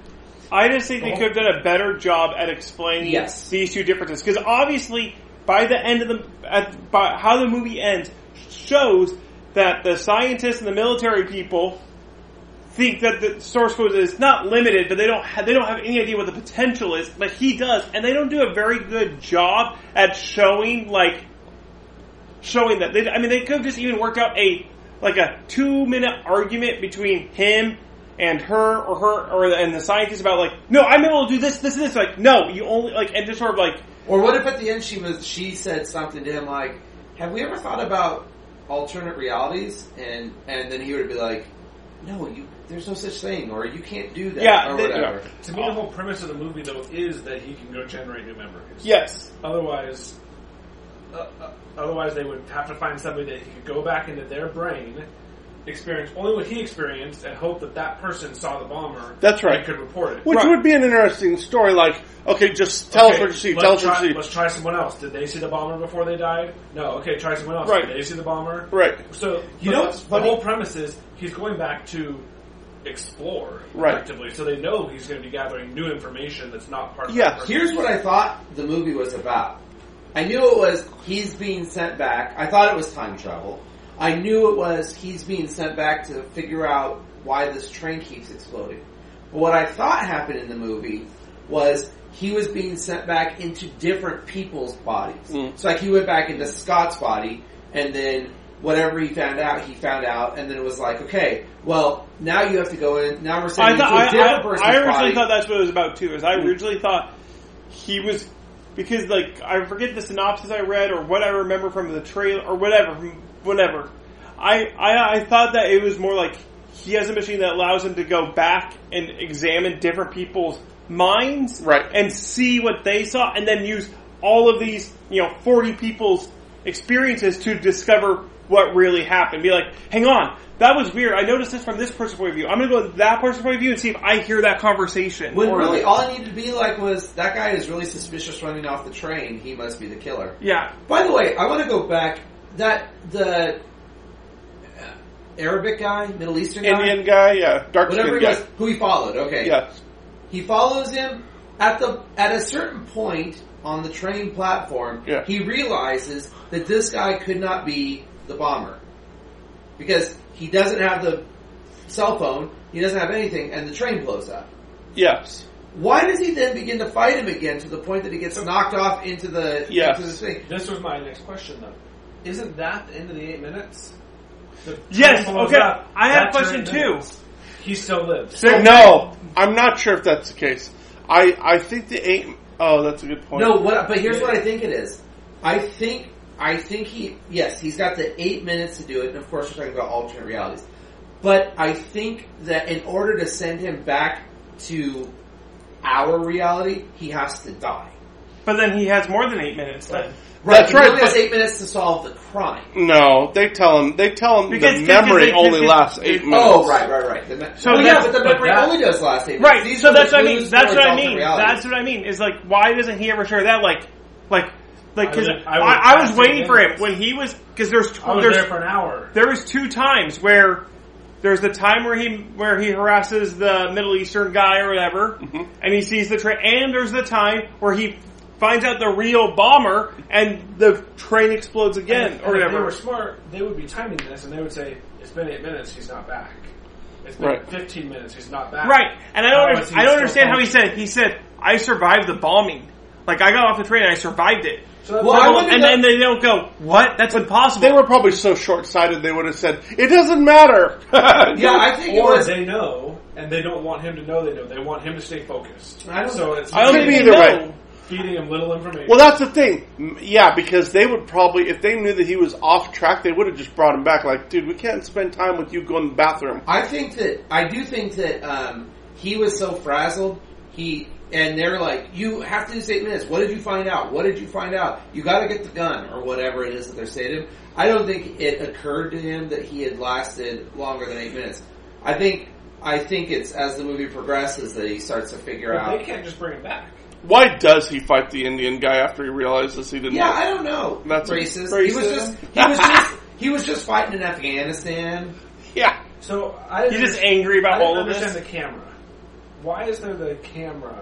S5: I just think they could have done a better job at explaining
S2: Yes.
S5: these two differences because obviously, by the end of the at, by how the movie ends shows that the scientists and the military people think that the source code is not limited, but they don't have, they don't have any idea what the potential is, but he does, and they don't do a very good job at showing like showing that. They, I mean, they could have just even worked out a like a two minute argument between him and her or her or and the scientist about like, no, I'm able to do this, this, and this. Like, no, you only like and just sort of like,
S2: Or what if at the end she was she said something to him like, "Have we ever thought about alternate realities?" And and then he would be like, "No, you there's no such thing, or you can't do that,
S5: Yeah,
S2: or
S5: they-
S2: whatever."
S4: To me, the whole premise of the movie, though, is that he can go generate new memories.
S5: yes,
S4: Otherwise, uh, uh, otherwise they would have to find somebody that he could go back into their brain, experience only what he experienced, and hope that that person saw the bomber.
S3: That's right.
S4: And could report it.
S3: Which
S5: Right.
S3: would be an interesting story. Like, okay, just tell us
S4: Okay,
S3: what you see.
S4: let's
S3: Tell us
S4: try,
S3: what you see.
S4: Let's try someone else. Did they see the bomber before they died? No. Okay, try someone else.
S5: Right.
S4: Did they see the bomber?
S3: Right.
S4: So but
S2: You know what's
S4: the
S2: funny?
S4: whole premise is he's going back to explore
S3: Right.
S4: effectively, so they know he's going to be gathering new information that's not part of
S3: Yeah,
S4: the first
S2: Here's what I thought the movie was about. I knew it was he's being sent back. I thought it was time travel. I knew it was he's being sent back to figure out why this train keeps exploding. But what I thought happened in the movie was he was being sent back into different people's bodies.
S3: Mm.
S2: So like he went back into Scott's body and then whatever he found out, he found out and then it was like, okay, well, now you have to go in, now we're sending
S5: I
S2: you to
S5: thought
S2: a
S5: I,
S2: different
S5: I,
S2: person's
S5: I originally
S2: body. Mm-hmm.
S5: thought that's what it was about too. Is I originally thought he was because like I forget the synopsis I read or what I remember from the trailer or whatever from whatever. I, I I thought that it was more like he has a machine that allows him to go back and examine different people's minds
S3: Right.
S5: and see what they saw and then use all of these you know 40 people's experiences to discover what really happened be like hang on that was weird i noticed this from this person's point of view i'm going to go to that person's point of view and see if i hear that conversation
S2: When
S5: Or-
S2: really all I needed to be like was that guy is really suspicious running off the train. He must be the killer.
S5: yeah
S2: By the way, I want to go back. That the uh, Arabic guy, Middle Eastern guy,
S3: Indian guy, yeah, dark
S2: whatever
S3: skinned
S2: he
S3: guy.
S2: was, who he followed. Okay,
S3: Yeah,
S2: he follows him at the at a certain point on the train platform.
S3: Yeah.
S2: He realizes that this guy could not be the bomber because he doesn't have the cell phone. He doesn't have anything, and the train blows up.
S3: yes.
S2: Why does he then begin to fight him again to the point that he gets knocked off into the
S3: Yeah.
S2: into this thing?
S4: This was my next question, though. Isn't that the end of the eight minutes? The
S5: Yes,
S4: time blows
S5: okay.
S4: up.
S5: I have a
S4: That's
S5: question,
S4: nine
S5: too.
S4: minutes. He still lives.
S3: no, I'm not sure if that's the case. I I think the eight oh that's a good point.
S2: No, what? But here's what I think it is. I think I think he yes he's got the eight minutes to do it, and of course we're talking about alternate realities. But I think that in order to send him back to our reality, he has to die.
S5: but then he has more than eight minutes then
S2: Right,
S3: That's
S2: he
S3: right,
S2: only has
S3: but-
S2: eight minutes to solve the crime.
S3: No, they tell him. They tell him
S5: Because-
S3: the
S5: because
S3: memory
S5: they-
S3: only
S5: because-
S3: lasts eight minutes.
S2: Oh, right, right, right. The me-
S5: So
S2: well, yeah,
S5: that's-
S2: but the
S5: but
S2: memory
S5: that-
S2: only does last eight minutes.
S5: Right.
S2: These
S5: so
S2: are the
S5: that's what I mean.
S2: clues
S5: That's what
S2: towards
S5: I
S2: alternate
S5: mean.
S2: realities.
S5: That's what I mean. Is like, why doesn't he ever share that? Like, like, like,
S4: I
S5: because
S4: would-
S5: I,
S4: I would
S5: I, was
S4: pass
S5: waiting
S4: it
S5: for him
S4: in.
S5: when he was because there's
S4: I was
S5: there's
S4: there for an hour.
S5: there was two times where there's the time where he where he harasses the Middle Eastern guy or whatever,
S2: Mm-hmm.
S5: and he sees the train, and there's the time where he finds out the real bomber and the train explodes again
S4: And
S5: or
S4: if they
S5: whatever.
S4: were smart, they would be timing this, and they would say, "It's been eight minutes. He's not back. It's been
S3: Right.
S4: fifteen minutes. He's not back."
S5: Right, and I don't,
S4: How
S5: under-
S4: is he
S5: I don't
S4: still
S5: understand how he
S4: functioning?
S5: said he said I survived the bombing. Like I got off the train and I survived it.
S4: So that's
S2: Well,
S4: not
S2: I
S5: Well,
S4: what-
S2: wouldn't
S5: and
S2: know-
S5: then they don't go. What? That's impossible.
S3: They were probably so short sighted. They would have said it doesn't (laughs) matter.
S2: Yeah, I think it
S4: or
S2: was.
S4: they know, and they don't want him to know. They know. They want him to stay focused.
S2: I don't
S4: so
S2: know.
S4: it's
S5: I don't
S3: Could
S5: think
S3: be
S5: they
S3: either
S5: know.
S3: way.
S4: feeding him little information.
S3: Well, that's the thing. M- Yeah, because they would probably, if they knew that he was off track, they would have just brought him back. Like, dude, we can't spend time with you going to the bathroom.
S2: I think that I do think that um, he was so frazzled. He and they're like, you have to do eight minutes. What did you find out? What did you find out? You got to get the gun or whatever it is that they're saying to him. I don't think it occurred to him that he had lasted longer than eight minutes. I think I think it's as the movie progresses that he starts to figure
S4: But they
S2: out.
S4: can't just bring him back.
S3: Why does he fight the Indian guy after he realizes he didn't?
S2: Yeah, I don't know.
S3: That's
S2: racist.
S3: racist.
S2: He was just he was just He was just fighting in Afghanistan.
S3: Yeah.
S4: So I
S5: He's just angry
S4: I
S5: about
S4: don't
S5: all of
S4: understand
S5: this.
S4: the camera. Why is there the camera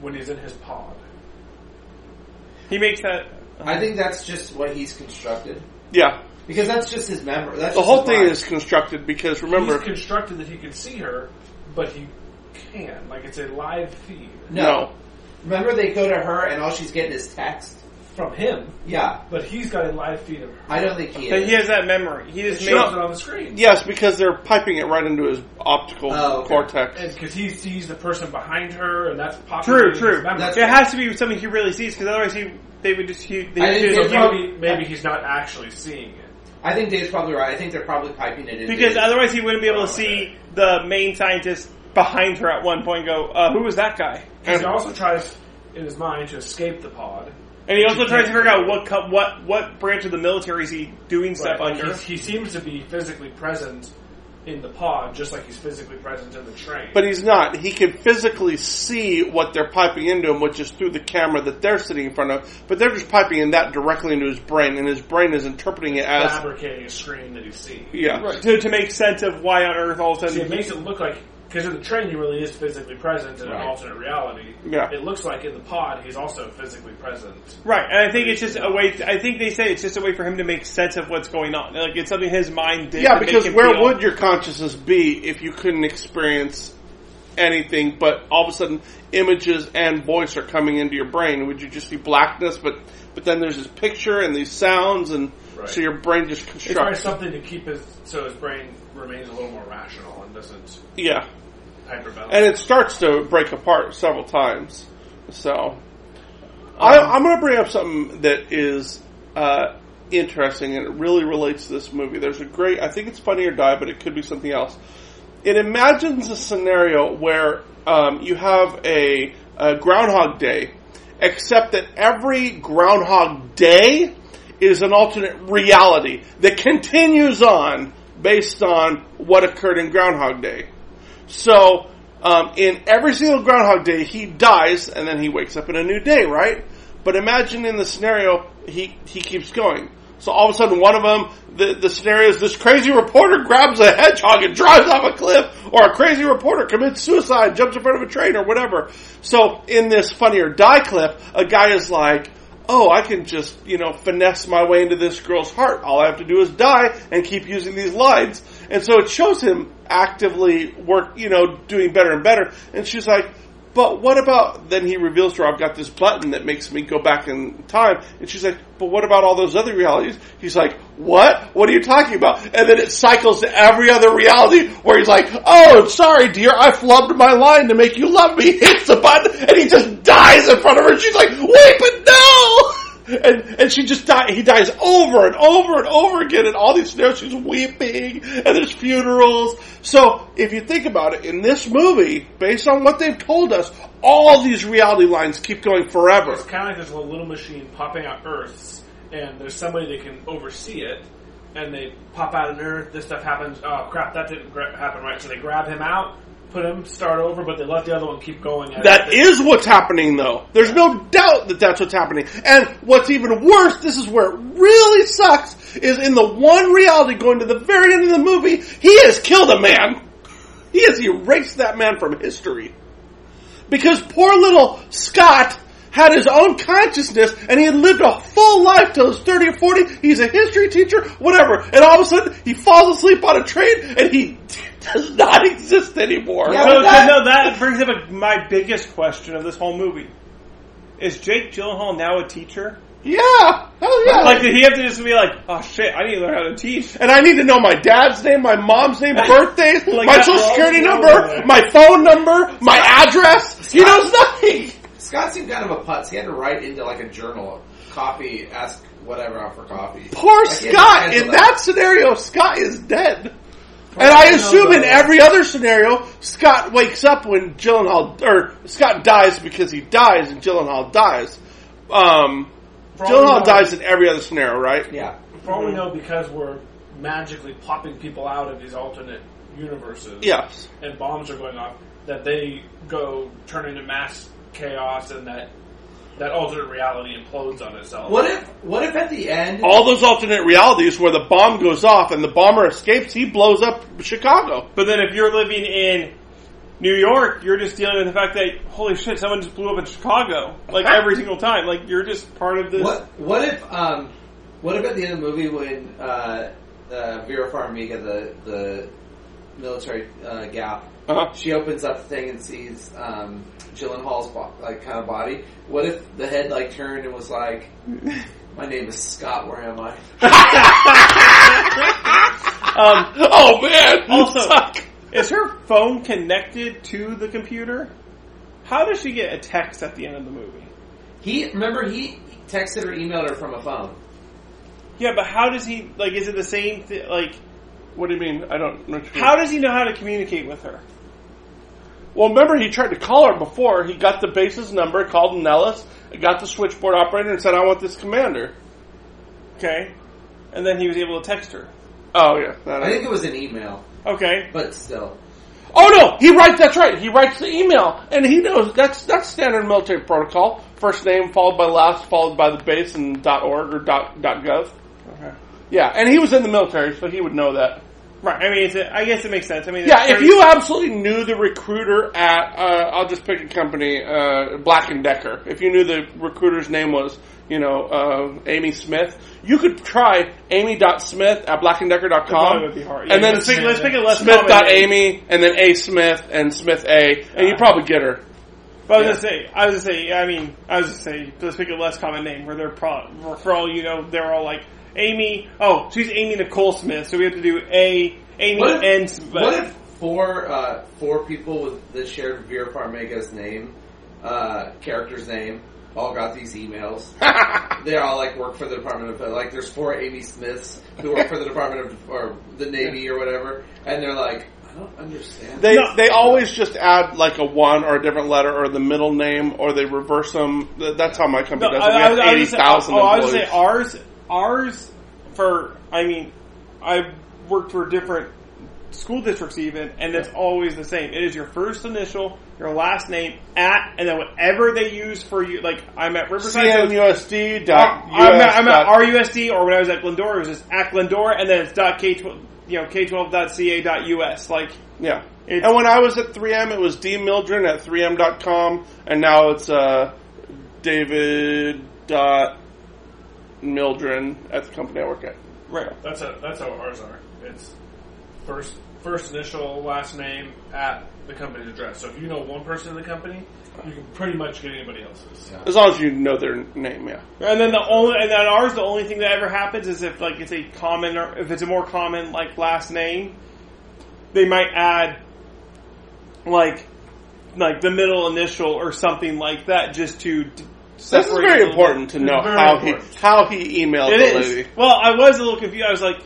S4: when he's in his pod?
S5: He makes that.
S2: I think that's just what he's constructed
S3: Yeah.
S2: because that's just his memory. That's
S3: The
S2: just
S3: whole
S2: his
S3: thing
S2: mind.
S3: is constructed because
S4: He's
S3: remember,
S4: constructed that he can see her, but he can. Like it's a live feed
S2: no. Remember, they go to her and all she's getting is text.
S4: from him,
S2: Yeah,
S4: but he's got a live feed of her.
S2: I don't think he
S5: uh, That
S2: is.
S5: he has that memory. He
S4: It
S5: just
S4: shows
S5: makes.
S4: it on the screen.
S3: yes, because they're piping it right into his optical
S2: Oh, okay.
S3: cortex.
S4: Because he sees the person behind her, and that's
S5: True,
S4: populating his
S5: true.
S4: memory.
S2: That's-
S5: There has to be something he really sees because otherwise he they would just he, they
S2: I
S5: would
S2: think
S5: just
S2: they
S5: use-
S4: maybe, maybe he's not actually seeing it.
S2: I think Dave's probably right. I think they're probably piping it in
S5: because
S2: Dave.
S5: otherwise he wouldn't be able to see the main scientist behind her at one point. Go, uh, who was that guy?
S4: He also tries in his mind to escape the pod.
S5: And he also tries to figure out what co- what what branch of the military is he doing stuff
S4: Right,
S5: under.
S4: he's- He seems to be physically present in the pod, just like he's physically present in the train.
S3: But he's not. He can physically see what they're piping into him, which is through the camera that they're sitting in front of. But they're just piping in that directly into his brain, and his brain is interpreting it as
S4: fabricating a screen that he's seeing.
S3: yeah.
S5: To, to make sense of why on earth all of a
S4: See, it
S5: sudden
S4: makes it look like because in the train he really is physically present in
S2: Right.
S4: an alternate reality.
S3: Yeah.
S4: It looks like in the pod he's also physically present.
S5: Right, and I think it's just a way. I think they say it's just a way for him to make sense of what's going on. Like it's something his mind did.
S3: Yeah,
S5: to make
S3: because
S5: him
S3: where
S5: feel-
S3: would your consciousness be if you couldn't experience anything, but all of a sudden images and voice are coming into your brain? Would you just see blackness, but but then there's this picture and these sounds, and
S4: Right.
S3: so your brain just
S4: He tries
S3: constructs.
S4: something to keep his so his brain remains a little more rational and doesn't
S3: Yeah,
S4: hyperventilate.
S3: and it starts to break apart several times. So I, I'm going to bring up something that is uh, interesting, and it really relates to this movie. There's a great, I think it's Funny or Die, but it could be something else. It imagines a scenario where um, you have a, a Groundhog Day, except that every Groundhog Day is an alternate reality that continues on based on what occurred in Groundhog Day. So, um, in every single Groundhog Day, he dies and then he wakes up in a new day, right? But imagine in the scenario, he, he keeps going. So all of a sudden, one of them, the, the scenario is this crazy reporter grabs a hedgehog and drives off a cliff, or a crazy reporter commits suicide, jumps in front of a train, or whatever. So in this funny or die clip, a guy is like, oh, I can just, you know, finesse my way into this girl's heart. All I have to do is die and keep using these lines. And so it shows him actively work, you know, doing better and better. And she's like, but what about, then he reveals to her, I've got this button that makes me go back in time. And she's like, but what about all those other realities? He's like, what? What are you talking about? And then it cycles to every other reality where he's like, oh, sorry, dear, I flubbed my line to make you love me. (laughs) Hits the button and he just dies in front of her. And she's like, wait, but no! (laughs) And, and she just died. He dies over and over and over again in all these scenarios. She's weeping, and there's funerals. So if you think about it, in this movie, based on what they've told us, all these reality lines keep going forever.
S4: It's kind of like there's a little machine popping out Earths, and there's somebody that can oversee it, and they pop out an Earth. This stuff happens. Oh crap! That didn't gra- happen right. So they grab him out, put him, start over, but they let the other one keep going. At
S3: That is what's happening, though. There's no doubt that that's what's happening. And what's even worse, this is where it really sucks, is in the one reality going to the very end of the movie, he has killed a man. He has erased that man from history. Because poor little Scott had his own consciousness and he had lived a full life till he's 30 or 40. He's a history teacher, whatever. And all of a sudden, he falls asleep on a train and he (laughs) does not exist anymore.
S2: Yeah,
S5: So,
S2: but
S5: so
S2: that-
S5: no, that brings up a, my biggest question of this whole movie: Is Jake Gyllenhaal now a teacher?
S3: Yeah. Hell yeah.
S5: Like, did he have to just be like, "Oh shit, I need to learn how to teach"?
S3: and I need to know my dad's name, my mom's name, birthdays,
S5: Like
S3: my
S5: that
S3: social
S5: wrong
S3: security
S5: number.
S3: number, my phone number, my address. He knows nothing.
S2: Scott seemed kind of a putz. He had to write into like a journal, coffee, ask whatever out for coffee.
S3: Poor
S2: Like, he had to
S3: Scott.
S2: handle
S3: In that scenario, Scott is dead. And I assume in every other scenario, Scott wakes up when Gyllenhaal or Scott dies because he dies and Gyllenhaal dies. Um, Gyllenhaal dies in every other scenario, right?
S2: Yeah.
S4: For all we know, because we're magically popping people out of these alternate universes.
S3: Yes.
S4: and bombs are going off, that they go turn into mass chaos and that that alternate reality implodes on itself.
S2: What if what if at the end
S3: All those alternate realities where the bomb goes off and the bomber escapes, he blows up Chicago.
S5: But then if you're living in New York, you're just dealing with the fact that holy shit, someone just blew up in Chicago. Like every single time, like you're just part of this.
S2: What what if um what if at the end of the movie when uh, uh, Vera Farmiga the the military uh, gal
S3: Uh-huh.
S2: she opens up the thing and sees um, Gyllenhaal's bo- like kind of body. What if the head like turned and was like, "My name is Scott. Where am I?"
S5: Um,
S3: (laughs) Oh man!
S5: Also-
S3: Suck.
S5: is her phone connected to the computer? How does she get a text at the end of the movie?
S2: He remember he texted or emailed her from a phone.
S5: Yeah, but how does he like? Is it the same thing? Like,
S3: What do you mean? I don't. know.
S5: how does he know how to communicate with her?
S3: Well, remember he tried to call her before. He got the base's number, called Nellis, got the switchboard operator, and said, "I want this commander."
S5: Okay, and then he was able to text her.
S3: Oh yeah. That
S2: I think it was an email,
S5: Okay,
S2: but still,
S3: oh no, he writes. That's right. He writes the email, and he knows that's that's standard military protocol. First name followed by last, followed by the base and dot .org or dot, dot .gov.
S5: okay,
S3: Yeah, and he was in the military, so he would know that.
S5: right. I mean, it's a, I guess it makes sense. I mean,
S3: Yeah,
S5: it's
S3: if you absolutely knew the recruiter at, uh, I'll just pick a company, uh, Black and Decker. If you knew the recruiter's name was, you know, uh, Amy Smith, you could try amy.smith at
S5: It probably
S3: blackanddecker.com.
S5: would be hard.
S3: And
S5: Yeah,
S3: then
S5: let's pick, let's pick a less
S3: Smith dot
S5: common name.
S3: Amy, and then A Smith and Smith A, and you probably get her.
S5: But I was gonna say, I was gonna say, I mean, I was gonna say, let's pick a less common name where they're pro- for all you know, they're all like Amy. Oh, she's Amy Nicole Smith, so we have to do a Amy
S2: What if-
S5: and Smith.
S2: what if four uh, four people with that shared Vera Farmiga's name, uh, character's name, all got these
S3: (laughs)
S2: emails? they all like work for the Department of like. There's four Amy Smiths who work for the Department of or the Navy or whatever, and they're like, I don't understand.
S3: They
S5: No.
S3: they always just add like a one or a different letter or the middle name or they reverse them. Th- That's how my
S5: No,
S3: company does it. We
S5: I, I,
S3: have
S5: was- I
S3: eighty
S5: was gonna say,
S3: thousand
S5: oh, I was
S3: employees.
S5: gonna say ours, ours for. I mean, I've worked for different school districts even, and it's always the same. It is your first initial, your last name at, and then whatever they use for you. Like I'm at Riverside. so it's
S3: CNUSD
S5: Uh,
S3: dot
S5: I'm,
S3: US
S5: at, I'm
S3: dot-
S5: at RUSD, or when I was at Glendora, it was just at Glendora, and then it's dot K twelve, you know, K twelve dot CA dot US. Like,
S3: Yeah.
S5: It's-
S3: and when I was at 3M, it was dmildren at 3m.com, and now it's uh, david.mildren at the company I work at.
S5: right?
S4: That's a, that's how ours are. It's first first initial last name at the company's address. So if you know one person in the company, you can pretty much get anybody else's.
S3: As long as you know their name, yeah.
S5: And then the only, and then ours, the only thing that ever happens is if like it's a common, or if it's a more common like last name, they might add like like the middle initial or something like that, just to. d-
S3: This is
S5: separate it a
S3: very
S5: little
S3: important to
S4: It's
S3: know
S4: very
S3: how
S4: important.
S3: he how he emailed
S5: It
S3: the
S5: is.
S3: lady.
S5: Well, I was a little confused. I was like,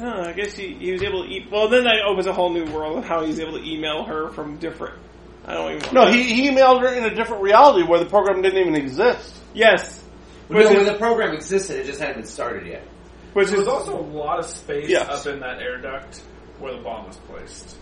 S5: oh, I guess he, he was able to eat. Well, then that opens a whole new world of how he's able to email her from different. I don't even.
S3: No, he, he emailed her in a different reality where the program didn't even exist.
S5: Yes.
S2: No,
S5: Which
S2: when
S5: is,
S2: the program existed, it just hadn't been started yet.
S5: which
S4: There
S5: is
S4: was also a lot of space
S3: Yes.
S4: up in that air duct where the bomb was placed.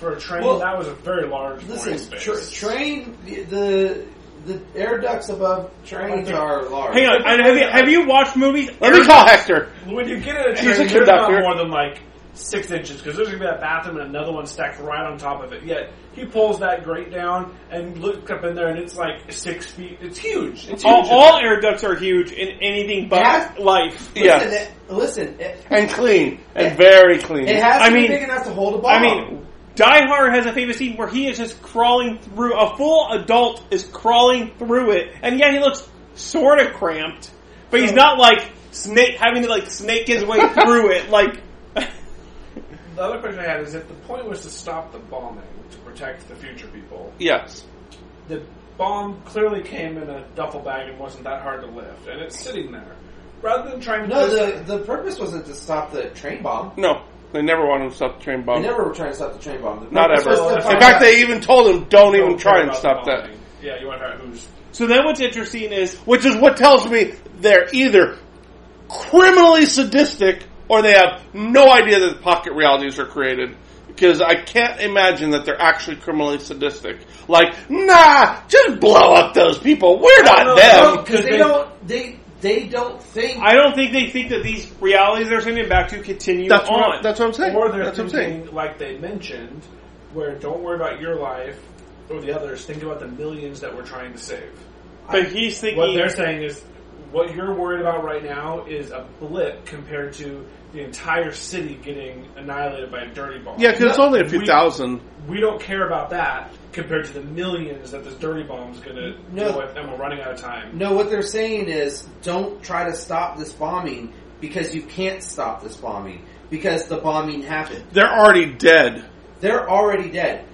S4: For a train,
S2: Well,
S4: that was a very large void
S2: Listen,
S4: space.
S2: tr train the, the the air ducts above trains are large.
S5: Hang on, I, have you have you watched movies?
S3: Let me call (laughs) Hector.
S4: when you get in a
S3: He's a
S4: train, there's not
S3: conductor.
S4: more than like six inches because there's gonna be that bathroom and another one stacked right on top of it. Yet he pulls that grate down and looks up in there, and it's like six feet. It's huge. It's huge.
S5: All, all air ducts are huge in anything but
S2: Yeah.
S5: life.
S2: Listen,
S3: Yes.
S2: it- listen, it,
S3: And clean. And very clean.
S2: it has to
S5: I
S2: be
S5: mean-
S2: big enough to hold a ball.
S5: I mean, Die Hard has a famous scene where he is just crawling through. A full adult is crawling through it, and yeah, he looks sort of cramped, but he's not like snake having to like snake his way through it. Like,
S4: The other question I had is if the point was to stop the bombing to protect the future people,
S3: yes.
S4: the bomb clearly came in a duffel bag and wasn't that hard to lift, and it's sitting there. Rather than trying to
S2: no,
S4: just-
S2: the the purpose wasn't to stop the train bomb.
S3: No. They never wanted him to stop the train
S2: They
S3: bomb.
S2: never were trying to stop the train bomb. The
S3: Oh. Not
S2: purpose
S3: ever.
S2: was to
S4: Well,
S2: find
S3: In fact,
S2: out-
S3: they even told him, don't even
S4: don't
S3: try
S4: care
S3: and
S4: about
S3: stop
S4: the
S3: that.
S4: bombing. Yeah, you want to who's
S5: so then what's interesting is
S3: Which is what tells me they're either criminally sadistic or they have no idea that pocket realities are created because I can't imagine that they're actually criminally sadistic. Like, nah, just blow up those people. We're not them.
S2: because they don't they they don't think
S5: I don't think they think that these realities they're sending back to continue
S3: That's
S5: on.
S3: what, that's what I'm saying.
S4: Or they're
S3: That's what I'm saying.
S4: thinking, like they mentioned, where don't worry about your life or the others. Think about the millions that we're trying to save.
S5: but he's thinking.
S4: What they're saying is, what you're worried about right now is a blip compared to the entire city getting annihilated by a dirty bomb.
S3: Yeah, because it's only a few
S4: We-
S3: thousand.
S4: we don't care about that compared to the millions that this dirty bomb's going to
S2: No.
S4: deal with, and we're running out of time.
S2: No, what they're saying is don't try to stop this bombing because you can't stop this bombing because the bombing happened.
S3: They're already dead.
S2: They're already dead.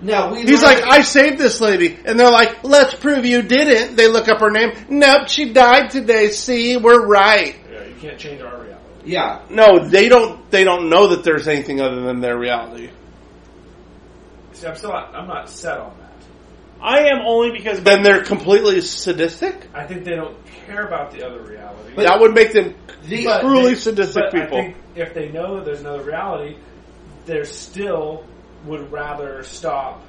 S2: Now we
S3: He's
S2: learned-
S3: like, I saved this lady. And they're like, let's prove you didn't. They look up her name. Nope, she died today. See, we're right.
S4: Yeah, you can't change our reality.
S2: yeah.
S3: No, they don't, they don't know that there's anything other than their reality.
S4: See, I'm still not, I'm not set on that.
S5: I am only because
S3: Then they're completely sadistic?
S4: I think they don't care about the other reality.
S3: that would make them
S2: The-
S4: But
S3: truly
S4: they-
S3: sadistic
S4: but
S3: people.
S4: I think if they know that there's another reality, they still would rather stop.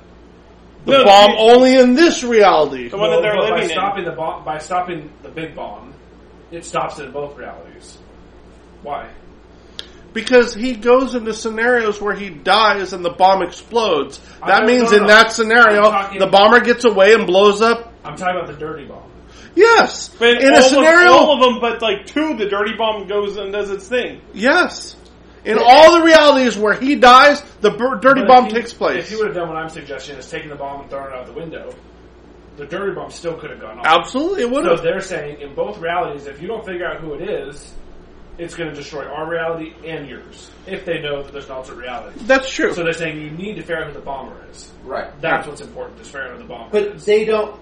S3: the
S5: No,
S3: bomb
S5: you-
S3: only in this reality.
S5: The one that they're
S4: but by
S5: living in.
S4: stopping the bomb, by stopping the big bomb, it stops it in both realities. Why?
S3: Because he goes into scenarios where he dies and the bomb explodes.
S4: I
S3: That
S4: don't
S3: means
S4: know.
S3: in that scenario,
S4: I'm talking-
S3: the bomber gets away and blows up.
S4: I'm talking about the dirty bomb.
S3: Yes.
S5: But
S3: in a
S5: all
S3: scenario,
S5: of, all of them, but like two, the dirty bomb goes and does its thing.
S3: Yes. In all the realities where he dies, the bur- dirty
S4: But if
S3: bomb
S4: he-
S3: takes
S4: If
S3: place.
S4: you would have done what I'm suggesting, is taking the bomb and throwing it out the window, the dirty bomb still could have gone off.
S3: Absolutely, it would
S4: So
S3: have.
S4: they're saying in both realities, if you don't figure out who it is, it's going to destroy our reality and yours. If they know that there's an alternate reality,
S3: That's true.
S4: so they're saying you need to figure out who the bomber is.
S2: right.
S4: That's what's important. Is figuring out who the bomber
S2: But
S4: is.
S2: they don't.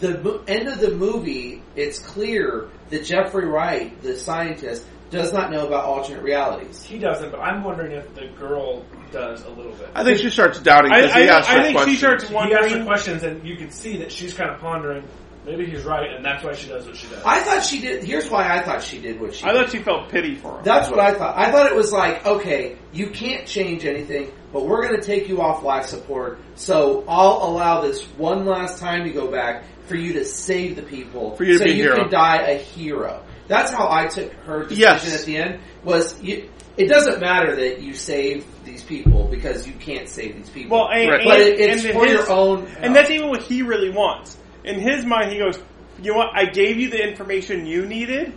S2: The mo- end of the movie, it's clear that Jeffrey Wright, the scientist, does not know about alternate realities.
S4: he doesn't. But I'm wondering if the girl does a little bit.
S3: I think she starts doubting
S5: I,
S3: because
S5: I,
S3: he asked
S5: I
S3: her
S5: think she
S3: questions.
S5: starts
S4: He asks her
S5: wondering.
S4: questions, and you can see that she's kind of pondering. Maybe he's right, and that's why she does what she does.
S2: I thought she did. Here's why I thought she did what she.
S5: I
S2: did.
S5: thought she felt pity for him.
S2: That's what I thought. I thought it was like, okay, you can't change anything, but we're going to take you off life support. So I'll allow this one last time to go back for you to save the people,
S3: For you to
S2: so
S3: be a
S2: you
S3: hero.
S2: can die a hero. That's how I took her decision
S3: Yes.
S2: at the end. Was you, it doesn't matter that you save these people because you can't save these people.
S5: Well, and,
S3: Right.
S5: and-
S2: but it, it's
S5: and
S2: for
S5: his-
S2: your own.
S5: And that's even what he really wants. In his mind, he goes, "You know what? I gave you the information you needed,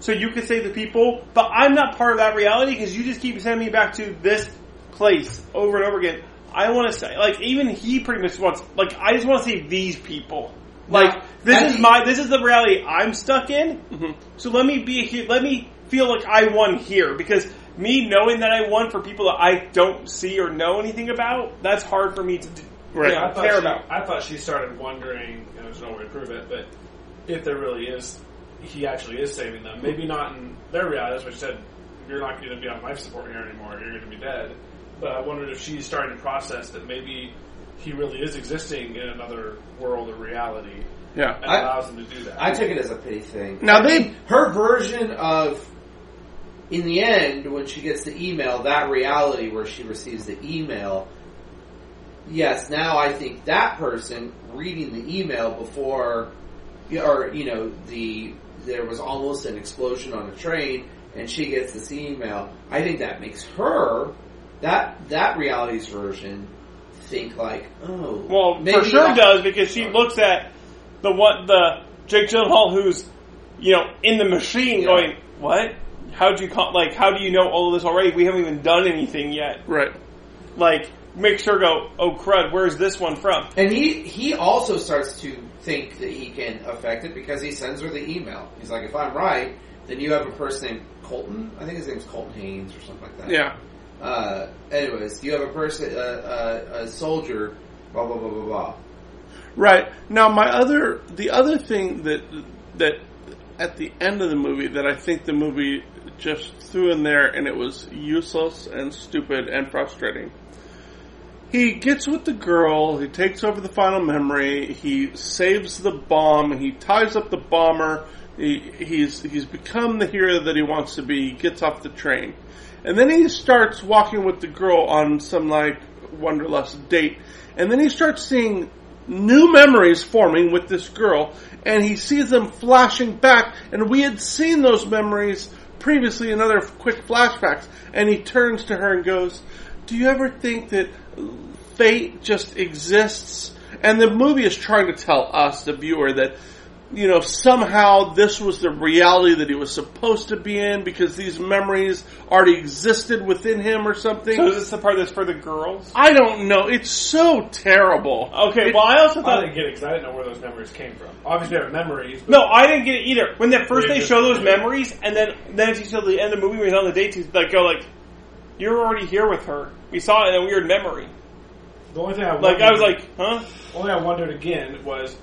S5: so you could save the people. But I'm not part of that reality because you just keep sending me back to this place over and over again. I want to say, like, even he pretty much wants, like, I just want to save these people. Like, this
S2: at
S5: is
S2: the- Mm-hmm.
S5: my, this is the reality I'm stuck in. So let me be here. Let me feel like I won here because." Me knowing that I won for people that I don't see or know anything about, that's hard for me to do,
S3: Right.
S5: you know,
S4: I thought
S5: care
S4: she,
S5: about.
S4: I thought she started wondering, and there's no way to prove it, but if there really is, he actually is saving them. Maybe not in their reality, that's what she said, you're not going to be on life support here anymore, you're going to be dead. But I wondered if she's starting to process that maybe he really is existing in another world or reality
S3: Yeah.
S4: and
S2: I-
S4: allows him to do that.
S2: I took it as a pity thing.
S3: Now
S2: I
S3: they-
S2: mean, her version of in the end when she gets the email, that reality where she receives the email. Yes, now I think that person reading the email before, or you know, the there was almost an explosion on a train, and she gets this email. I think that makes her that that reality's version think like, oh,
S5: Well, for
S2: maybe
S5: sure
S2: I-
S5: does because she looks at the what the Jake Gyllenhaal who's you know in the machine
S2: Yeah.
S5: going what? How do you con- like? How do you know all of this already? We haven't even done anything yet.
S3: Right.
S5: Like makes her go oh crud. Where's this one from?
S2: And he he also starts to think that he can affect it because he sends her the email. He's like, if I'm right, then you have a person named Colton. I think his name's Colton Haynes or something like that.
S3: Yeah.
S2: Uh, anyways, you have a person, uh, uh, a soldier, blah blah blah blah blah.
S3: Right. Now my other the other thing that that at the end of the movie that I think the movie just threw in there and it was useless and stupid and frustrating. He gets with the girl, he takes over the final memory, he saves the bomb, he ties up the bomber, He, he's he's become the hero that he wants to be. He gets off the train, and then he starts walking with the girl on some like wonderlust date, and then he starts seeing new memories forming with this girl, and he sees them flashing back. And we had seen those memories previously in other quick flashbacks. And he turns to her and goes, "Do you ever think that fate just exists?" And the movie is trying to tell us, the viewer, that you know, somehow this was the reality that he was supposed to be in because these memories already existed within him or something.
S5: So is this the part that's for the girls?
S3: I don't know. It's so terrible.
S5: Okay,
S3: It-
S5: well, I also
S4: I
S5: thought.
S4: didn't get it because I didn't know where those memories came from. Obviously, they're memories. But
S5: No, I didn't get it either. When that first
S4: Yeah,
S5: they
S4: just-
S5: show those memories, and then then it's until the end of the movie when he's on the dates, he's like, go like, you're already here with her. We saw it in a weird memory.
S4: the only thing I
S5: Like I was like, huh?
S4: only I wondered again was,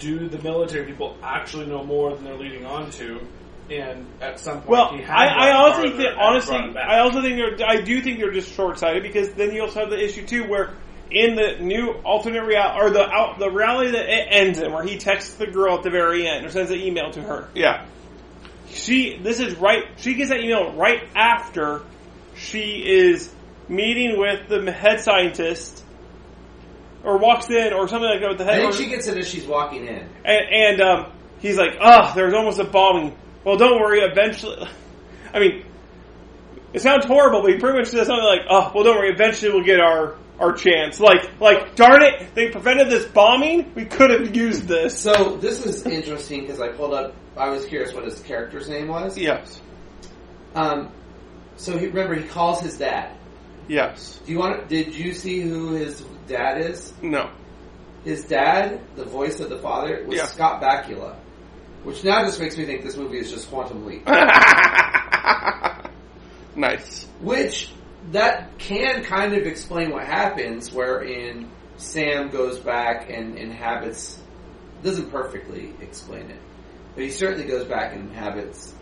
S4: do the military people actually know more than they're leading on to? And at some point,
S5: Well,
S4: he had
S5: I, I
S4: gone
S5: also
S4: farther
S5: think that
S4: and
S5: honestly,
S4: brought it back.
S5: I also think they're, I do think they're just short sighted because then you also have the issue too where in the new alternate reality or the out, the reality that it ends in where he texts the girl at the very end or sends an email to her.
S3: Yeah.
S5: She this is right. She gets that email right after she is meeting with the head scientist. Or walks in, or something like that with the
S2: I
S5: head.
S2: think
S5: or-
S2: she gets it as she's walking in.
S5: and, and um, he's like, "Ah, there's almost a bombing." Well, don't worry. Eventually, (laughs) I mean, it sounds horrible, but he pretty much says something like, "Oh, well, don't worry. Eventually, we'll get our our chance." Like, like, darn it! They prevented this bombing. We could have used this.
S2: So this is interesting because I pulled up. I was curious what his character's name was.
S3: Yes.
S2: Um, so he, remember he calls his dad.
S3: Yes.
S2: Do you want? Did you see who his dad is?
S3: No. (laughs)
S2: His dad, the voice of the father, was
S3: Yeah.
S2: Scott Bakula, which now just makes me think this movie is just Quantum Leap.
S3: nice.
S2: Which that can kind of explain what happens, wherein Sam goes back and inhabits. Doesn't perfectly explain it, but he certainly goes back and inhabits,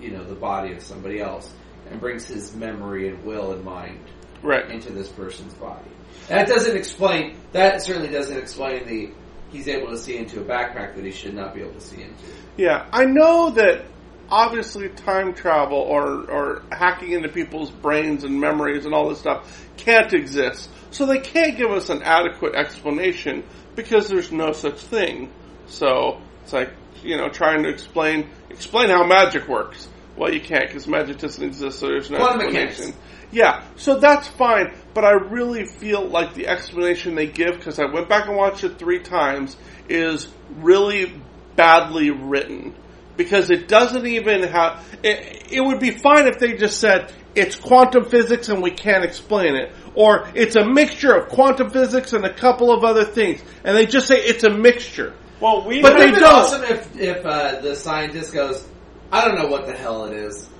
S2: you know, the body of somebody else and brings his memory and will and mind
S3: Right.
S2: into this person's body. That doesn't explain. That certainly doesn't explain the. He's able to see into a backpack that he should not be able to see into.
S3: Yeah. I know that obviously time travel or, or hacking into people's brains and memories and all this stuff can't exist. So they can't give us an adequate explanation because there's no such thing. So it's like, you know, trying to explain explain how magic works. Well, you can't because magic doesn't exist, so there's no
S2: Quantum mechanics.
S3: explanation. Yeah, so that's fine, but I really feel like the explanation they give, because I went back and watched it three times, is really badly written. Because it doesn't even have. It, it would be fine if they just said, it's quantum physics and we can't explain it. Or it's a mixture of quantum physics and a couple of other things. And they just say it's a mixture.
S5: Well, we
S3: But
S2: Would've
S3: they
S2: been
S3: don't.
S2: Awesome if if uh, the scientist goes, I don't know what the hell it is.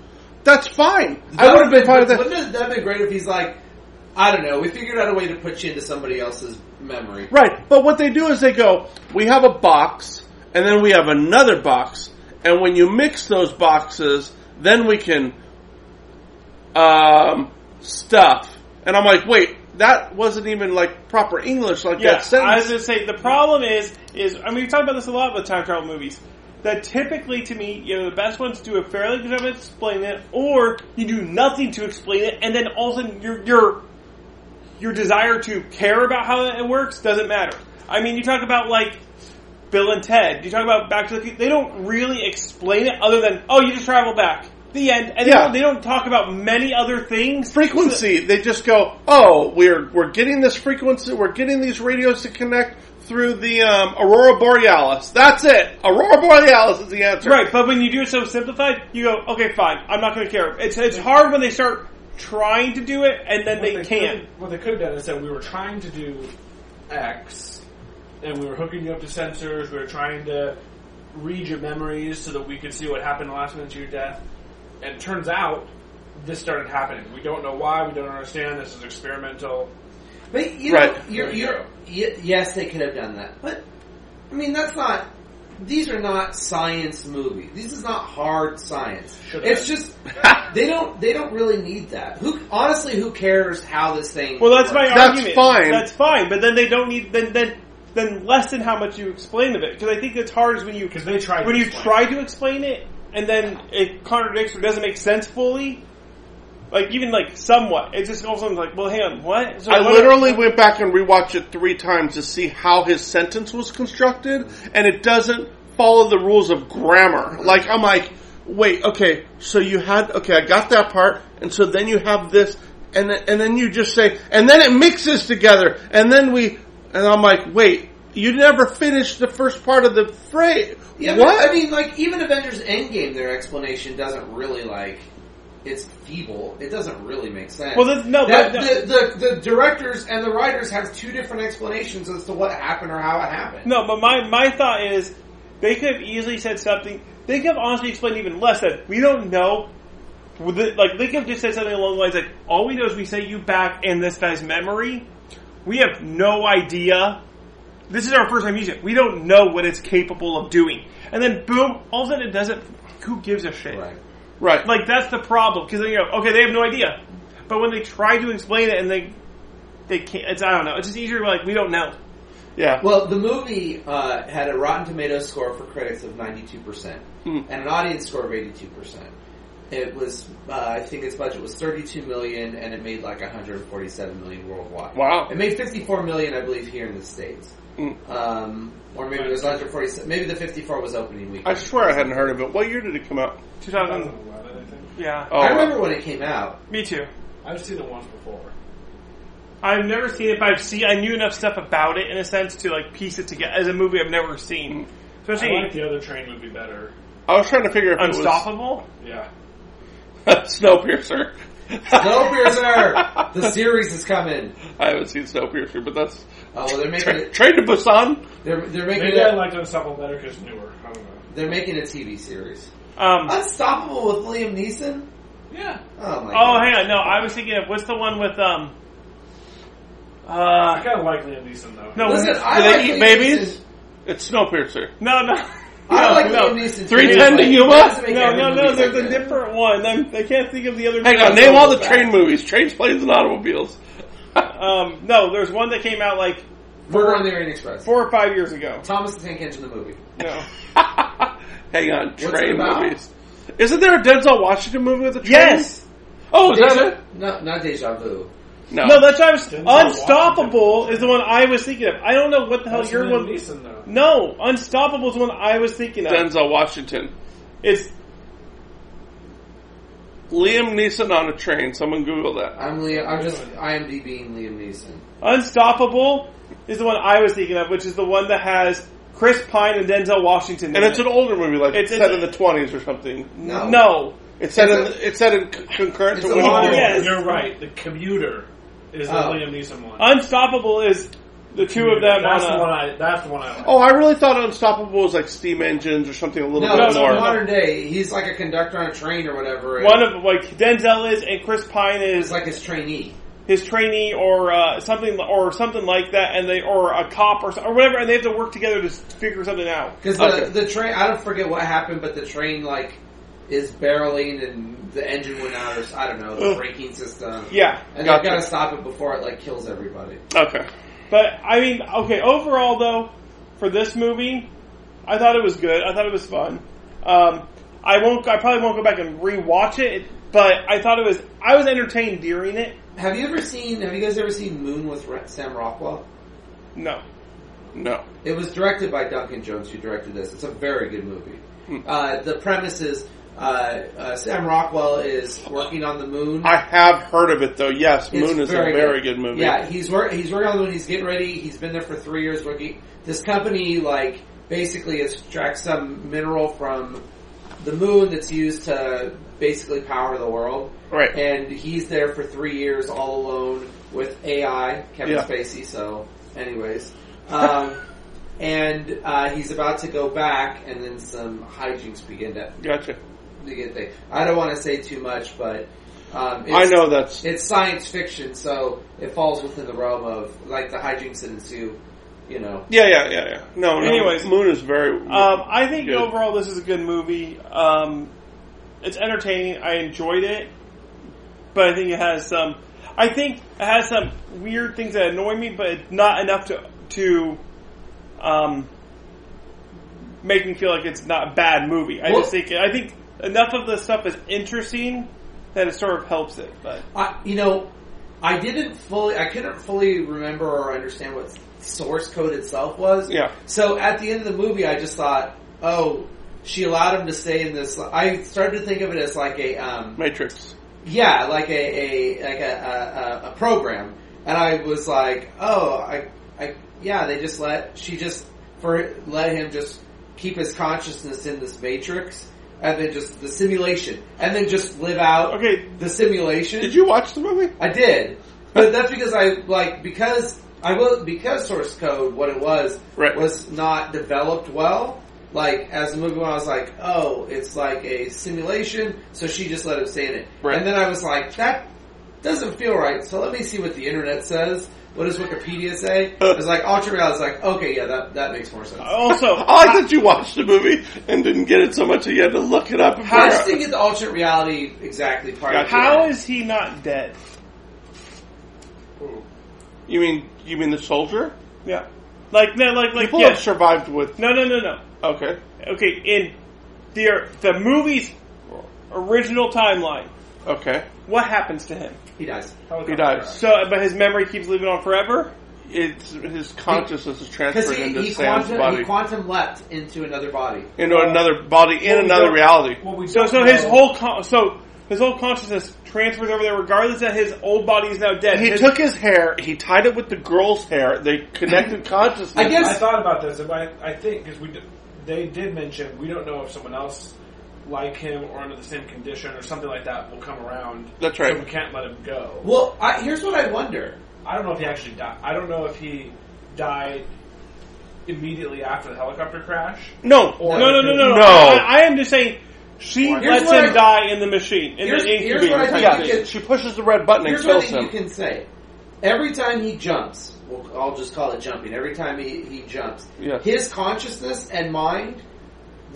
S3: That's fine. I would have been fine with that.
S2: Wouldn't it- that have been great if he's like, I don't know. We figured out a way to put you into somebody else's memory.
S3: Right, but what they do is they go, we have a box, and then we have another box, and when you mix those boxes, then we can um, stuff. And I'm like, wait, that wasn't even like proper English, like that
S5: Yes, I was
S3: sentence.
S5: going to say the problem is is I mean we talk about this a lot with time travel movies. That typically, to me, you know, the best ones do a fairly good job of explaining it, or you do nothing to explain it, and then all of a sudden your your your desire to care about how it works doesn't matter. I mean, you talk about like Bill and Ted. You talk about Back to the Future. They don't really explain it other than oh, you just travel back. The end, and they
S3: Yeah.
S5: don't- they don't talk about many other things.
S3: frequency. They just go, oh, we're we're getting this frequency. We're getting these radios to connect through the um, aurora borealis. That's it. Aurora borealis is the answer.
S5: Right, but when you do it so simplified, you go, okay, fine, I'm not going to care. It's it's hard when they start trying to do it and then
S4: what
S5: they, can't.
S4: could've- What they could have done is that we were trying to do X, and we were hooking you up to sensors. We were trying to read your memories so that we could see what happened the last minute to your death. And it turns out this started happening. We don't know why. We don't understand. This is experimental.
S2: But you know,
S3: Right.
S2: you're, you're, y- yes, they could have done that, but I mean, that's not. These are not science movies. This is not hard science.
S4: Should
S2: it's just
S5: (laughs)
S2: they don't they don't really need that. Who honestly, who cares how this thing?
S5: Well, that's my
S2: works?
S3: That's
S5: argument.
S3: fine.
S5: That's fine, but then they don't need then then then lessen how much you explain of it. Because I think it's hard is when you
S4: 'Cause they try to
S5: when you
S4: explain.
S5: try to explain it and then it contradicts or doesn't make sense fully. Like even like somewhat, it just goes on like, well, hang on, what? So
S3: I
S5: what-
S3: literally went back and rewatched it three times to see how his sentence was constructed, and it doesn't follow the rules of grammar. Like, I'm like, wait, okay, so you had, okay, I got that part, and so then you have this, and, then- and then you just say, and then it mixes together, and then we, and I'm like, wait, you never finished the first part of the phrase.
S2: Yeah, but,
S3: what?
S2: I mean, like even Avengers Endgame, their explanation doesn't really like it's feeble. It doesn't really make sense.
S5: Well, that's- no,
S2: That-
S5: but-
S2: the, the the directors and the writers have two different explanations as to what happened or how it happened.
S5: No, but my my thought is they could have easily said something. They could have honestly explained even less that we don't know. With it- Like they could have just said something along the lines like, "All we know is we say you back in this guy's memory. We have no idea. This is our first time using it. We don't know what it's capable of doing." And then boom, all of a sudden it doesn't. Who gives a shit?
S2: Right.
S3: Right.
S5: Like that's the problem because you know, okay, they have no idea. But when they try to explain it and they they can't, it's I don't know. It's just easier to be like we don't know.
S3: yeah.
S2: Well, the movie uh, had a Rotten Tomatoes score for critics of 92% and
S3: Mm.
S2: an audience score of 82%. It was, uh, I think its budget was 32 million and it made like 147 million worldwide.
S3: Wow. Mm.
S2: It made 54 million, I believe, here in the States. Um, or maybe it was 147. Maybe the 54 was opening week.
S3: I swear I hadn't heard of it. What year did it come out?
S5: 2000.
S4: 2011, I think.
S5: Yeah,
S3: Oh,
S2: I remember when it came out.
S5: me too.
S4: I've seen it once before.
S5: I've never seen it, but I've seen I knew enough stuff about it in a sense to like piece it together as a movie I've never seen.
S4: I
S5: Especially
S4: like the other train would be better.
S3: I was trying to figure if
S5: Unstoppable.
S4: Yeah.
S3: (laughs) it was Snowpiercer. (laughs)
S2: Snowpiercer! the series is coming.
S3: I haven't seen Snowpiercer, but that's
S2: Oh, well, they're making
S3: Tra-
S2: it.
S3: Train to Busan.
S2: They're, they're making
S4: Maybe I
S2: it.
S4: liked Unstoppable better because newer. I don't know.
S2: They're making a TV series.
S5: Um, oh,
S2: Unstoppable with Liam Neeson.
S4: Yeah.
S2: Oh my. God.
S5: hang on, no, I was thinking of what's the one with um.
S4: I
S5: Uh,
S4: kind of like Liam Neeson though.
S5: no,
S2: Listen, I
S3: Do they
S2: like
S3: eat
S2: Liam
S3: babies?
S2: Neeson.
S3: It's Snowpiercer.
S5: no, no.
S2: (laughs) I
S5: no,
S2: like
S5: no.
S2: Liam Neeson.
S3: 310 to
S2: too.
S3: Yuma?
S2: He doesn't make
S5: No,
S2: every
S5: no,
S2: movie
S5: no. There's
S2: like
S5: a
S2: that.
S5: different one. I'm, I can't think of the other.
S3: Hang
S5: one.
S3: on, name all the train movies. Trains, planes, and automobiles.
S5: Um, no, there's one that came out like
S2: Murder on the Orient Express.
S5: four or five years ago.
S2: Thomas the Tank Engine, the movie.
S5: No.
S3: (laughs) Hang on,
S2: it
S3: train
S2: about?
S3: movies. Isn't there a Denzel Washington movie with a train?
S5: Yes.
S3: Oh, is
S2: Deja-
S3: that it?
S2: No, not Deja Vu.
S3: No.
S5: No, that's what I was.
S4: Denzel
S5: Unstoppable is the one I was thinking of. I don't know what the hell
S4: That's
S5: your
S4: Liam
S5: one.
S4: Neeson though.
S5: No, Unstoppable is the one I was thinking of.
S3: Denzel Washington.
S5: It's
S3: Liam Neeson on a train. Someone Google that.
S2: I'm Liam. I'm just IMDbing Liam Neeson.
S5: Unstoppable is the one I was thinking of, which is the one that has Chris Pine and Denzel Washington. in
S3: And it's
S5: it.
S3: an older movie, like
S5: It's-
S3: it's, set
S5: it's-
S3: in the twenties or something.
S2: No,
S5: no.
S3: It's set
S2: It's
S3: in it's set in c- concurrent
S2: It's
S3: to
S2: a
S3: Winnie
S2: lot
S3: the
S4: Oh,
S2: of-
S3: Pooh.
S5: yes.
S4: You're right. The commuter is the
S2: Oh.
S4: Liam Neeson one.
S5: Unstoppable is the two of them
S4: That's the
S5: on a-
S4: one uh, I. That's the one I like.
S3: Oh, I really thought Unstoppable was like steam engines or something a little
S2: no,
S3: bit
S2: it's
S5: no,
S3: more.
S5: no.
S2: modern day. He's like a conductor on a train or whatever. and
S5: One of like Denzel is and Chris Pine
S2: it's
S5: is
S2: like his trainee.
S5: his trainee or uh, something or something like that, and they or a cop or, so- or whatever, and they have to work together to s- figure something out.
S2: Because the,
S3: Okay.
S2: the train, I don't forget what happened, but the train like is barreling and the engine went out, or s- I don't know, the
S5: Ugh.
S2: braking system.
S5: Yeah,
S2: and
S3: Gotcha.
S2: they've got to stop it before it like kills everybody.
S3: Okay.
S5: But I mean, okay. Overall, though, for this movie, I thought it was good. I thought it was fun. Um, I won't. I probably won't go back and rewatch it. But I thought it was. I was entertained during it.
S2: Have you ever seen? Have you guys ever seen Moon with Ra- Sam Rockwell?
S5: No,
S3: No.
S2: It was directed by Duncan Jones, who directed this. It's a very good movie.
S3: Hmm.
S2: Uh, the premise is uh, uh, Sam Rockwell is working on the moon.
S3: I have heard of it though. Yes,
S2: It's
S3: Moon is a very good, movie.
S2: Yeah, he's work, he's working on the moon. He's getting ready. He's been there for three years working. This company like basically extracts some mineral from the moon that's used to basically power the world.
S3: Right.
S2: And he's there for three years all alone with AI Kevin
S3: Yeah.
S2: Spacey. So, anyways. Um, (laughs) And uh, he's about to go back, and then some hijinks begin to,
S3: Gotcha.
S2: to get there. I don't want to say too much, but um,
S3: I
S2: it's-
S3: know that's
S2: it's science fiction, so it falls within the realm of like the hijinks that ensue. You know,
S3: Yeah, yeah, yeah, yeah. No, no.
S5: Anyways.
S3: Moon is very
S5: um, I think
S3: Good.
S5: overall this is a good movie. Um, it's entertaining. I enjoyed it, but I think it has some. I think it has some weird things that annoy me, but it's not enough to to um, make me feel like it's not a bad movie. I
S2: Well-
S5: just think I think enough of the stuff is interesting that it sort of helps it. But
S2: I, you know, I didn't fully, I couldn't fully remember or understand what source code itself was.
S5: Yeah.
S2: So at the end of the movie, I just thought, oh, she allowed him to stay in this. I started to think of it as like a, um,
S3: Matrix.
S2: yeah, like a, a like a, a, a, a program. And I was like, oh, I, I, yeah, they just let she just for let him just keep his consciousness in this matrix. And then just the simulation, and then just live out
S3: Okay.
S2: the simulation.
S3: Did you watch the movie?
S2: I did, but that's because I like because I will because source code what it was
S3: Right.
S2: was not developed well. Like as a movie, when I was like, oh, it's like a simulation, so she just let him stay in it.
S3: Right.
S2: And then I was like, that doesn't feel right. So let me see what the internet says. What does Wikipedia
S3: (laughs)
S2: say? I was like, ultra reality. I was like, okay, yeah, that that makes more sense.
S3: Uh, (laughs)
S5: also,
S3: Oh, I like that you watched the movie and didn't get it so much that you had to look it up. and
S2: I just
S3: figure
S2: didn't get the alternate reality exactly part. of it.
S5: how is he not dead?
S4: Ooh.
S3: out- You mean you mean the soldier?
S5: Yeah, like no, like like
S3: People
S5: yeah.
S3: have survived with.
S5: no, no, no, no.
S3: Okay.
S5: Okay, in the the movie's original timeline,
S3: Okay.
S5: what happens to him?
S2: he dies?
S3: He dies.
S5: So, but his memory keeps living on forever.
S3: It's his consciousness is
S2: Because
S3: transferred
S2: he,
S3: into
S2: he,
S3: Sam's
S2: quantum,
S3: body,
S2: he quantum leapt into another body.
S3: into another body, in
S4: Well, we
S3: another
S4: don't-
S3: reality.
S4: Well, we
S5: So,
S4: don't
S5: so his
S4: know-
S5: whole con- so his whole consciousness transfers over there, regardless that his old body is now dead.
S3: He
S5: His-
S3: took his hair, he tied it with the girl's hair. They
S2: (laughs)
S3: connected consciousness.
S2: I guess-
S4: I thought about this. and I, I think because we d- they did mention we don't know if someone else like him or under the same condition or something like that will come around.
S3: That's right.
S4: So we can't let him go.
S2: Well, I, here's what I wonder.
S4: I don't know if he actually died. I don't know if he died immediately after the helicopter crash.
S5: no,
S4: Or-
S5: no, no, no, no, no.
S3: No.
S5: I, I am just saying she
S4: Here's
S5: lets
S2: what
S5: him
S2: I-
S5: die in the machine in
S2: Here's-
S5: the
S2: here's
S5: incubator.
S2: what I think
S5: type
S2: you
S5: thing.
S3: yeah, she pushes the red button and
S2: Here's what
S3: kills
S2: I think
S3: him.
S2: you can say. Every time he jumps, well, I'll just call it jumping. Every time he, he jumps,
S3: Yeah.
S2: his consciousness and mind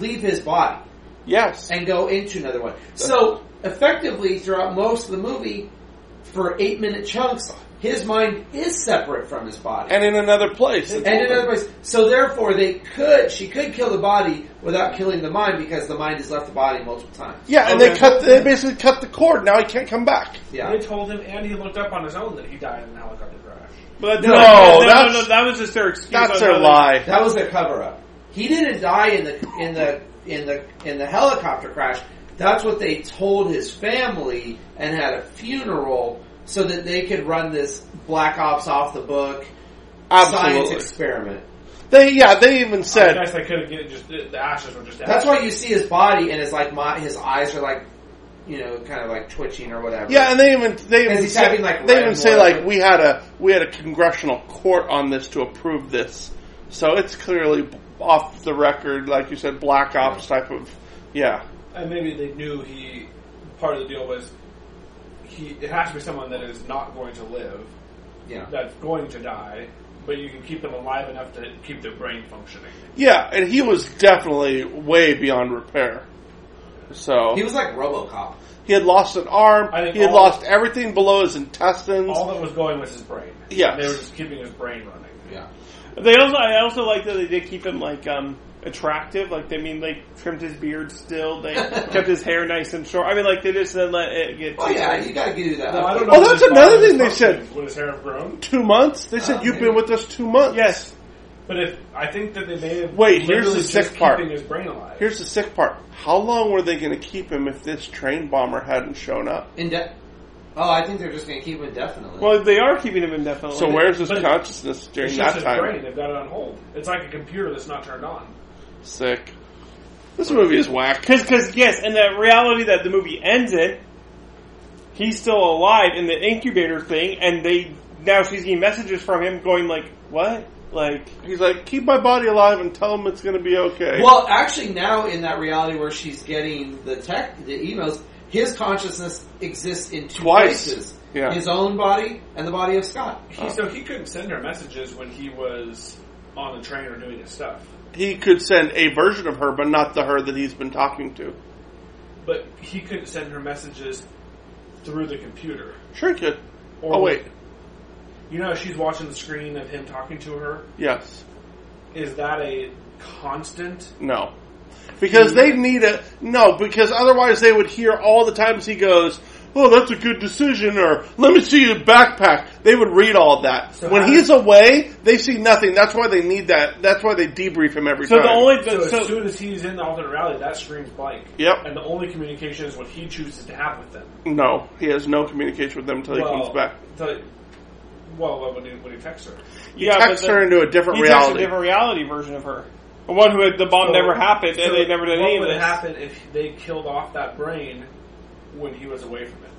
S2: leave his body
S3: Yes.
S2: and go into another one. So effectively, throughout most of the movie, for eight minute chunks, his mind is separate from his body.
S3: And in another place. It's
S2: And in
S3: open.
S2: other place, so therefore they could, she could kill the body without killing the mind because the mind has left the body multiple times.
S3: Yeah, and they
S5: Okay.
S3: cut. They basically cut the cord. Now he can't come back.
S2: Yeah.
S4: They told him, and he looked up on his own that he died in the helicopter crash.
S5: But
S3: No,
S5: no, no, no,
S3: that's-
S5: no, that was just their excuse.
S3: That's
S5: on
S3: their
S5: how they-
S3: lie.
S2: That was a cover up. He didn't die in the in the in the in the helicopter crash. That's what they told his family and had a funeral so that they could run this black ops off the book science
S3: Absolutely.
S2: experiment.
S3: They yeah. They even
S4: I
S3: said
S4: guess they could have get just the the ashes were just.
S2: That's
S4: ashes.
S2: why you see his body and his like my, his eyes are like you know kind of like twitching or whatever.
S3: yeah, and they even they
S2: Because
S3: even
S2: he's
S3: say,
S2: having, like,
S3: they
S2: red
S3: even
S2: and
S3: say
S2: whatever.
S3: like we had a we had a congressional court on this to approve this. So it's clearly b- off the record, like you said, black ops type of yeah.
S4: and maybe they knew he. Part of the deal was he. It has to be someone that is not going to live.
S2: yeah.
S4: that's going to die, but you can keep them alive enough to keep their brain functioning.
S3: Yeah, and he was definitely way beyond repair. So
S2: He was like RoboCop.
S3: he had lost an arm.
S4: I think
S3: He had
S4: all-
S3: lost everything below his intestines.
S4: All that was going was his brain.
S3: Yes.
S4: They were just keeping his brain running.
S2: Yeah.
S5: They also, I also like that they did keep him like um, attractive. Like they mean, they trimmed his beard still.
S2: (laughs)
S5: They kept his hair nice and short. I mean, like they just didn't let it get.
S2: Oh yeah, you gotta do that.
S4: Now, I don't know
S3: Oh,
S4: if
S3: that's
S4: his
S3: another
S4: body
S3: thing they
S4: was
S3: said.
S4: functioning. Would his hair have grown?
S3: two months. They said
S2: Oh,
S3: you've
S2: okay.
S3: been with us two months.
S5: Yes,
S4: But if I think that they may have
S3: Wait, here's
S4: literally
S3: the
S4: just
S3: sick part.
S4: keeping his brain alive.
S3: Here's the sick part. How long were they going to keep him if this train bomber hadn't shown up?
S2: Inde- oh, I think they're just gonna keep him indefinitely.
S5: Well, they are keeping him indefinitely.
S3: So where's his
S4: But-
S3: consciousness
S4: it's
S3: during
S4: just
S3: that
S4: his
S3: time?
S4: brain. They've got it on hold. It's like a computer that's not turned on.
S3: Sick. This movie is whack.
S5: Because, yes, in that reality that the movie ends in, he's still alive in the incubator thing, and they now she's getting messages from him going like, "What? Like,
S3: He's like, keep my body alive and tell him it's going to be okay.
S2: Well, actually, now in that reality where she's getting the tech, the emails, his consciousness exists in two
S3: Twice.
S2: places:
S3: Yeah.
S2: his own body and the body of Scott.
S3: Oh.
S4: He, so he couldn't send her messages when he was on the train or doing his stuff.
S3: He could send a version of her, but not the her that he's been talking to.
S4: But he couldn't send her messages through the computer.
S3: Sure, he could.
S4: Or
S3: oh wait,
S4: You know, how she's watching the screen of him talking to her.
S3: yes.
S4: Is that a constant?
S3: No. Because they need a no, because otherwise they would hear all the times he goes, Oh, that's a good decision or let me see your backpack. They would read all of that.
S4: So
S3: when
S4: how-
S3: he's away, they see nothing. That's why they need that that's why they debrief him every
S5: So
S3: time.
S5: the only
S4: So,
S5: the, so,
S4: as soon as he's in the alternate reality, that screams blank.
S3: Yep.
S4: And the only communication is what he chooses to have with them.
S3: No, he has no communication with them until he comes back.
S4: the- well, when he, when he texts her.
S3: He
S5: yeah, but
S3: texts
S5: the-
S3: her into a different
S5: he texts a
S3: reality.
S5: different reality version of her, the one who had the bomb
S4: So-
S5: never happened
S4: so
S5: and they never did
S4: what
S5: any of
S4: would
S5: this.
S4: happen if they killed off that brain when he was away from it?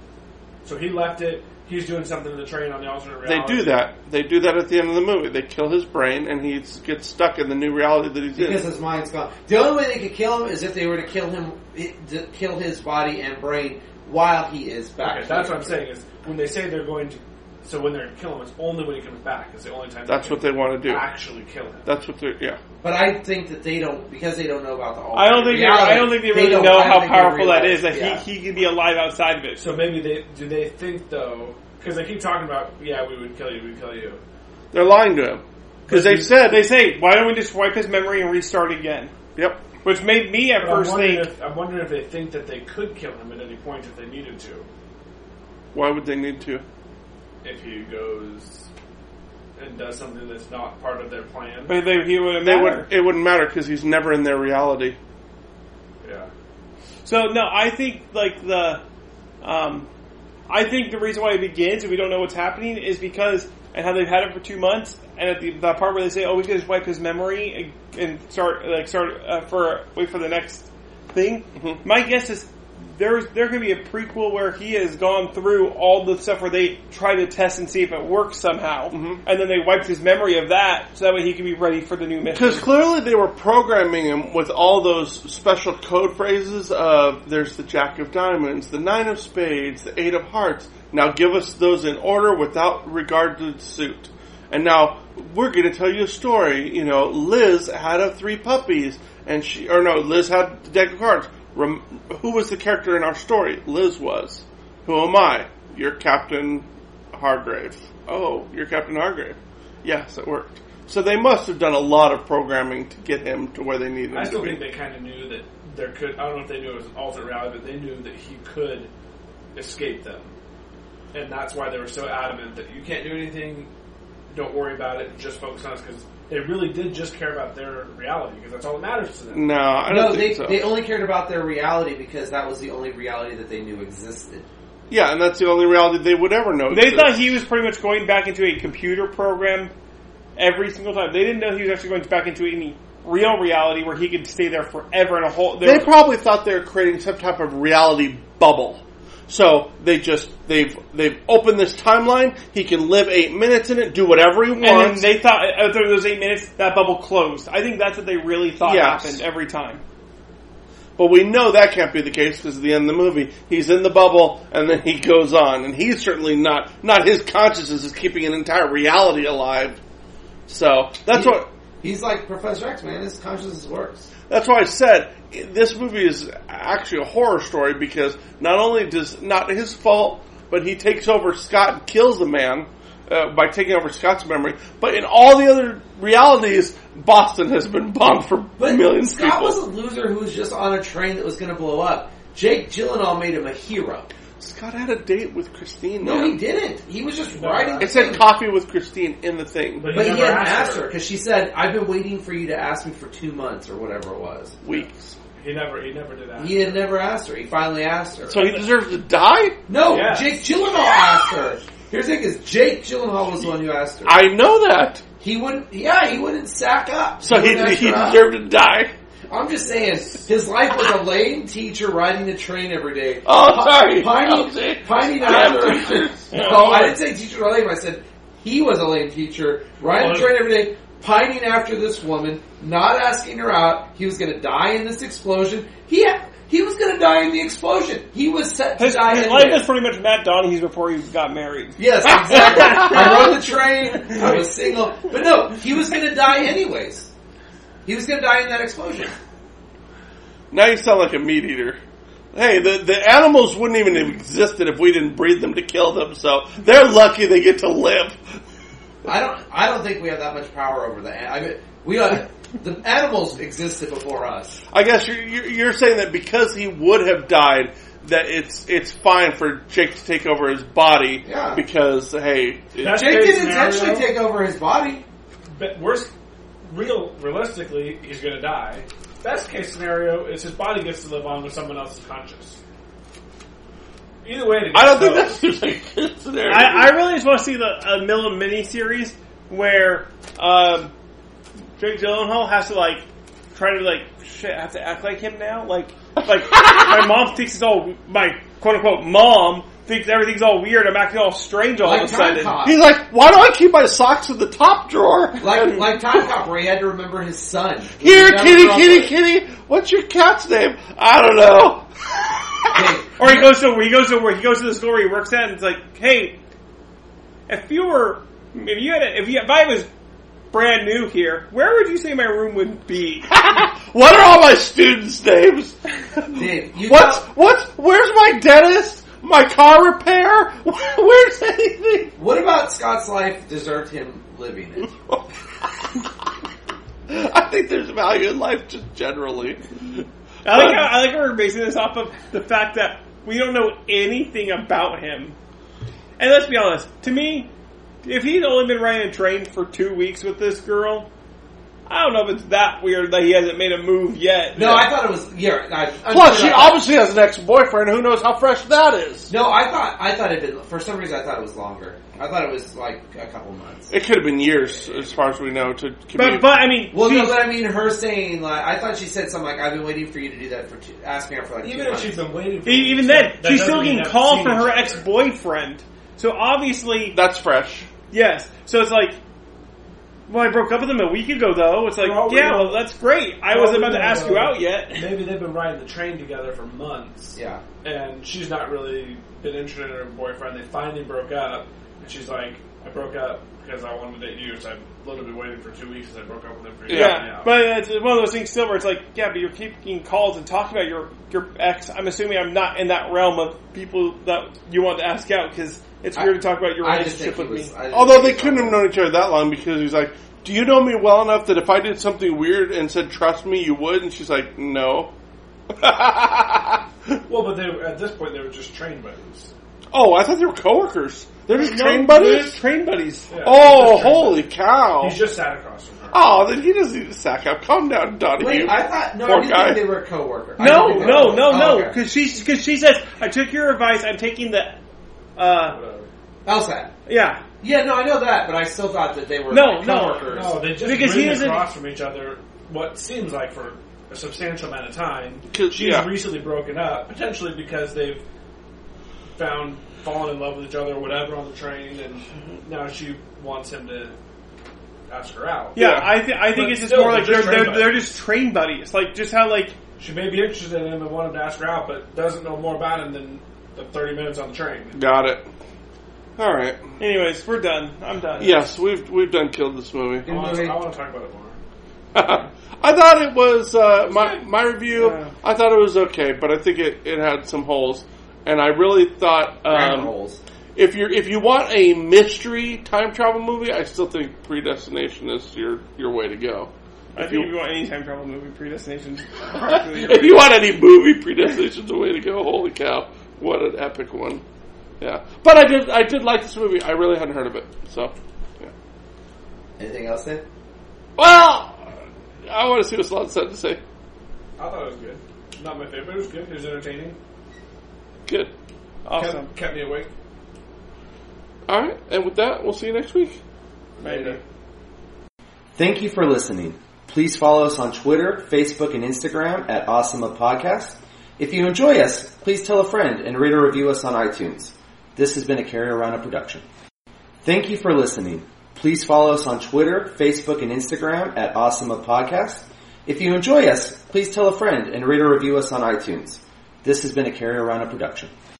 S4: So he left it. He's doing something in the train on the alternate
S3: They
S4: reality.
S3: do that. They do that at the end of the movie. They kill his brain, and he gets stuck in the new reality that he's
S2: because
S3: in.
S2: his mind's gone. The only way they could kill him is if they were to kill him, to kill his body and brain while he is back.
S4: Okay, that's what I'm saying is when they say they're going to. So when they're killing him, it's only when he comes back. It's the only time.
S3: That's
S4: can
S3: what they want to do.
S4: actually kill him.
S3: That's what they're. Yeah,
S2: But I think that they don't because they don't know about the.
S5: I don't think they,
S2: reality,
S5: I don't think they really
S2: don't-
S5: know
S2: I don't
S5: how
S2: think they
S5: powerful that
S2: realize-
S5: is. That
S2: yeah.
S5: he he can be alive outside of it. So
S4: So maybe they do they think though because they keep talking about yeah we would kill you we would kill you.
S3: they're lying to him because they said
S5: they say, why don't we just wipe his memory and restart again?
S3: Yep.
S5: Which made me at
S4: But
S5: first
S4: I'm wondering
S5: think
S4: if, I'm wondering if they think that they could kill him at any point if they needed to.
S3: Why would they need to?
S4: If he goes and does something that's not part of their plan.
S5: but they, he would have
S3: They
S5: mattered.
S3: would. It wouldn't matter because he's never in their reality.
S4: yeah.
S5: So no, I think like the, um, I think the reason why it begins and we don't know what's happening is because and how they've had it for two months and at the, the part where they say, oh, we can just wipe his memory and, and start like start uh, for wait for the next thing.
S3: Mhm.
S5: My guess is there's there could be a prequel where he has gone through all the stuff where they try to test and see if it works somehow,
S3: Mhm.
S5: and then they wiped his memory of that so that way he can be ready for the new mission.
S3: Because clearly they were programming him with all those special code phrases of "There's the Jack of Diamonds, the Nine of Spades, the Eight of Hearts." Now give us those in order without regard to the suit. And now we're going to tell you a story. You know, Liz had uh, three puppies, and she or no, Liz had the deck of cards. Rem, who was the character in our story? Liz was. Who am I? You're Captain Hargrave. Oh, you're Captain Hargrave. Yes, it worked. So they must have done a lot of programming to get him to where they needed him
S4: I still
S3: to be.
S4: think they kind of knew that there could. I don't know if they knew it was an alternate reality, but they knew that he could escape them, and that's why they were so adamant that you can't do anything. Don't worry about it. Just focus on us because they really did just care about their reality because that's all that matters to them.
S3: no, I don't
S2: No, they,
S3: think so.
S2: they only cared about their reality because that was the only reality that they knew existed.
S3: yeah, and that's the only reality they would ever know.
S5: They
S3: exists.
S5: thought he was pretty much going back into a computer program every single time. They didn't know he was actually going back into any real reality where he could stay there forever and a whole. there
S3: They
S5: was-
S3: probably thought they were creating some type of reality bubble. So they just they've they've opened this timeline. He can live eight minutes in it, do whatever he
S5: and then
S3: wants.
S5: they thought after those eight minutes that bubble closed. I think that's what they really thought
S3: Yes.
S5: happened every time.
S3: but we know that can't be the case because at the end of the movie, he's in the bubble and then he goes on, and he's certainly not not his consciousness is keeping an entire reality alive. So that's
S2: He-
S3: what
S2: He's like Professor X, man. His consciousness works.
S3: That's why I said this movie is actually a horror story because not only does not his fault, but he takes over Scott and kills the man uh, by taking over Scott's memory. But in all the other realities, Boston has been bombed for
S2: But
S3: millions of
S2: Scott
S3: people.
S2: was a loser who was just on a train that was going to blow up. Jake Gyllenhaal made him a hero.
S3: Scott had a date with Christine.
S2: No,
S3: man.
S2: he didn't. He was just riding.
S3: It said coffee with Christine in the thing.
S4: But he
S2: But he
S4: never
S2: hadn't
S4: asked
S2: asked her because she said, "I've been waiting for you to ask me for two months or whatever it was."
S3: Weeks.
S4: He never. He never did that.
S2: He had never asked her. He finally asked her.
S3: So he deserves to die.
S2: no,
S4: Yeah.
S2: Jake Gyllenhaal asked her. Here's the thing: is Jake Gyllenhaal was the one who asked her.
S3: I know that.
S2: He wouldn't. Yeah, he wouldn't sack up.
S3: So he,
S2: wouldn't ask
S3: he
S2: her out.
S3: deserved to die.
S2: I'm just saying, his life was a lame teacher riding the train every day.
S3: Oh, sorry.
S5: (laughs)
S2: Pining, pining after. No, I didn't say teachers are lame. I said he was a lame teacher riding the train every day, pining after this woman, not asking her out. He was going to die in this explosion. He he was going to die in the explosion. He was set to
S5: His,
S2: die.
S5: his
S2: anyway.
S5: life was pretty much Matt Donahue before he got married. (laughs)
S2: Yes, exactly. I rode the train. I was single, but no, he was going to die anyways. He was going to die in that explosion.
S3: Now you sound like a meat eater. Hey, the, the animals wouldn't even have existed if we didn't breed them to kill them, so they're lucky they get to live.
S2: I don't. I don't think we have that much power over the. an- I mean, we are. The animals existed before us.
S3: I guess you're, you're you're saying that because he would have died, that it's it's fine for Jake to take over his body
S2: Yeah.
S3: because hey, it-
S4: That's-
S2: Jake
S4: Case
S2: didn't intentionally
S4: scenario.
S2: take over his body.
S4: But worst, real, realistically, he's going to die. Best case scenario is his body gets to live on with someone else's conscious. Either way,
S3: I don't think (laughs) that's the same scenario.
S5: I, I really just want to see the a Miller mini series where um, Jake Gyllenhaal has to like try to like shit. I have to act like him now. Like like my mom thinks it's all my quote unquote mom thinks everything's all weird. I'm acting all strange all
S2: Like
S5: of a sudden.
S2: Time Cop.
S3: He's like, why do I keep my socks in the top drawer?
S2: Like like Time Cop, where he had to remember his son.
S3: Here,
S2: He
S3: kitty,
S2: never
S3: kitty,
S2: grew up
S3: kitty. What's your cat's name? I don't know. (laughs)
S2: with- Jake,
S5: Or he goes to he goes to where he goes to the store he works at, and it's like, hey, if you were if you had a, if you if I was brand new here, where would you say my room would be?
S3: what are all my students' names?
S2: (laughs) Dave, you
S3: What's
S2: know-
S3: what's? Where's my dentist? My car repair? (laughs) Where's anything? (laughs)
S2: What about Scott's life deserved him living it?
S3: I think there's value in life just generally.
S5: I like how, I like how we're basing this off of the fact that we don't know anything about him. And let's be honest, to me, if he'd only been riding a train for two weeks with this girl, I don't know if it's that weird that he hasn't made a move yet.
S2: No, I thought it was. Yeah. I, I'm
S3: Plus,
S2: sure
S3: she
S2: I thought-
S3: obviously has an ex-boyfriend. Who knows how fresh that is?
S2: No, I thought I thought it had been for some reason I thought it was longer. I thought it was like a couple months.
S3: It could have been years, as far as we know. To
S5: but but I mean,
S2: Well, no,
S5: geez,
S2: but I mean, her saying like I thought she said something like I've been waiting for you to do that for two, asking her for like
S4: Even
S2: two
S4: if she's
S2: months.
S4: been waiting for
S5: e- even
S4: him,
S5: then,
S4: that- that
S5: she's
S4: doesn't
S5: still
S4: mean
S5: getting
S4: they've
S5: called
S4: seen
S5: from her
S4: each other.
S5: ex boyfriend. So obviously,
S3: that's fresh.
S5: yes. So it's like. Well, I broke up with him a week ago, though. It's like,
S4: Well, we
S5: yeah,
S4: know-
S5: well, that's great. I
S4: well,
S5: wasn't
S4: we
S5: about to
S4: know-
S5: ask you out yet.
S4: Maybe they've been riding the train together for months,
S2: yeah.
S4: and she's not really been interested in her boyfriend. They finally broke up, and she's like, "I broke up because I wanted to date you, so I've literally waited for two weeks, and I broke up with him for you."
S5: Yeah, but it's one of those things still where it's like, yeah, but you're keeping calls and talking about your your ex. I'm assuming I'm not in that realm of people that you want to ask out because it's
S2: I-
S5: weird to talk about your
S2: I just think
S5: relationship with
S2: he was.
S5: me.
S2: I just
S3: Although
S2: think
S3: they
S2: he
S3: couldn't have
S2: was-
S3: known each other that long because he's like, "Do you know me well enough that if I did something weird and said trust me, you would?" And she's like, "No." (laughs)
S4: well, but they were- at this point they were just train buddies.
S3: Oh, I thought they were coworkers. They're just
S5: No,
S3: train
S5: they're
S3: buddies.
S5: just train buddies.
S4: Yeah, they're
S3: Oh,
S4: just train
S3: holy cow!
S4: He's just sat across from her.
S3: Oh, then he doesn't need to sack up. Calm down, Donnie.
S2: Wait, I thought no, I
S3: Poor
S2: didn't
S3: guy.
S2: think they were a coworker. I
S5: No,
S2: didn't think they
S5: no,
S2: were-
S5: no,
S2: oh,
S5: no,
S2: okay.
S5: because she because she says I took your advice. I'm taking the, uh,
S4: Whatever.
S2: Elsat.
S5: yeah,
S2: Yeah, no, I know that, but I still thought that they were
S5: No,
S2: like,
S5: no,
S2: coworkers.
S4: No, Oh, they just
S5: Because
S4: because
S5: he isn't-
S4: across from each other what seems like for a substantial amount of time.
S3: 'Cause-
S4: She's
S3: yeah.
S4: recently broken up, potentially because they've found fallen in love with each other or whatever on the train, and now she wants him to ask her out.
S5: yeah.
S3: Yeah.
S5: I th- I think
S4: But
S5: it's just
S4: still,
S5: more like
S4: they're
S5: they're
S4: just train
S5: they're, they're just train buddies. Like just how like
S4: She may be interested in him and want him to ask her out, but doesn't know more about him than the thirty minutes on the train.
S3: Got it. All right.
S5: anyways we're done. I'm done.
S3: Yes, we've we've done killed this movie.
S4: I want,
S2: movie.
S4: to, I want to talk about it more.
S3: (laughs) I thought it was uh, my my review.
S5: Yeah.
S3: I thought it was okay, but I think it, it had some holes, and I really thought
S2: Rabbit
S3: um,
S2: holes.
S3: if you if you want a mystery time travel movie, I still think Predestination is your your way to go.
S5: I
S3: If
S5: think
S3: you-
S5: if you want any time travel movie
S3: (laughs)
S5: predestination,
S3: if you want any movie, Predestination's the way to go. Holy cow, what an epic one! Yeah, but I did I did like this movie. I really hadn't heard of it, so yeah.
S2: Anything else, Dave?
S3: Well, I want to see what Slots had to say.
S4: I thought it was good. Not my favorite. It was good. It was entertaining.
S3: Good.
S5: awesome.
S4: Kept, kept me awake.
S3: All right, and with that, we'll see you next week.
S5: Maybe.
S1: Thank you for listening. Please follow us on Twitter, Facebook, and Instagram at Awesome Up Podcast. If you enjoy us, please tell a friend and rate or review us on iTunes. This has been a Carry Around production. Thank you for listening. Please follow us on Twitter, Facebook, and Instagram at Awesome Up Podcast. If you enjoy us, please tell a friend and rate or review us on iTunes. This has been a Carry Around production.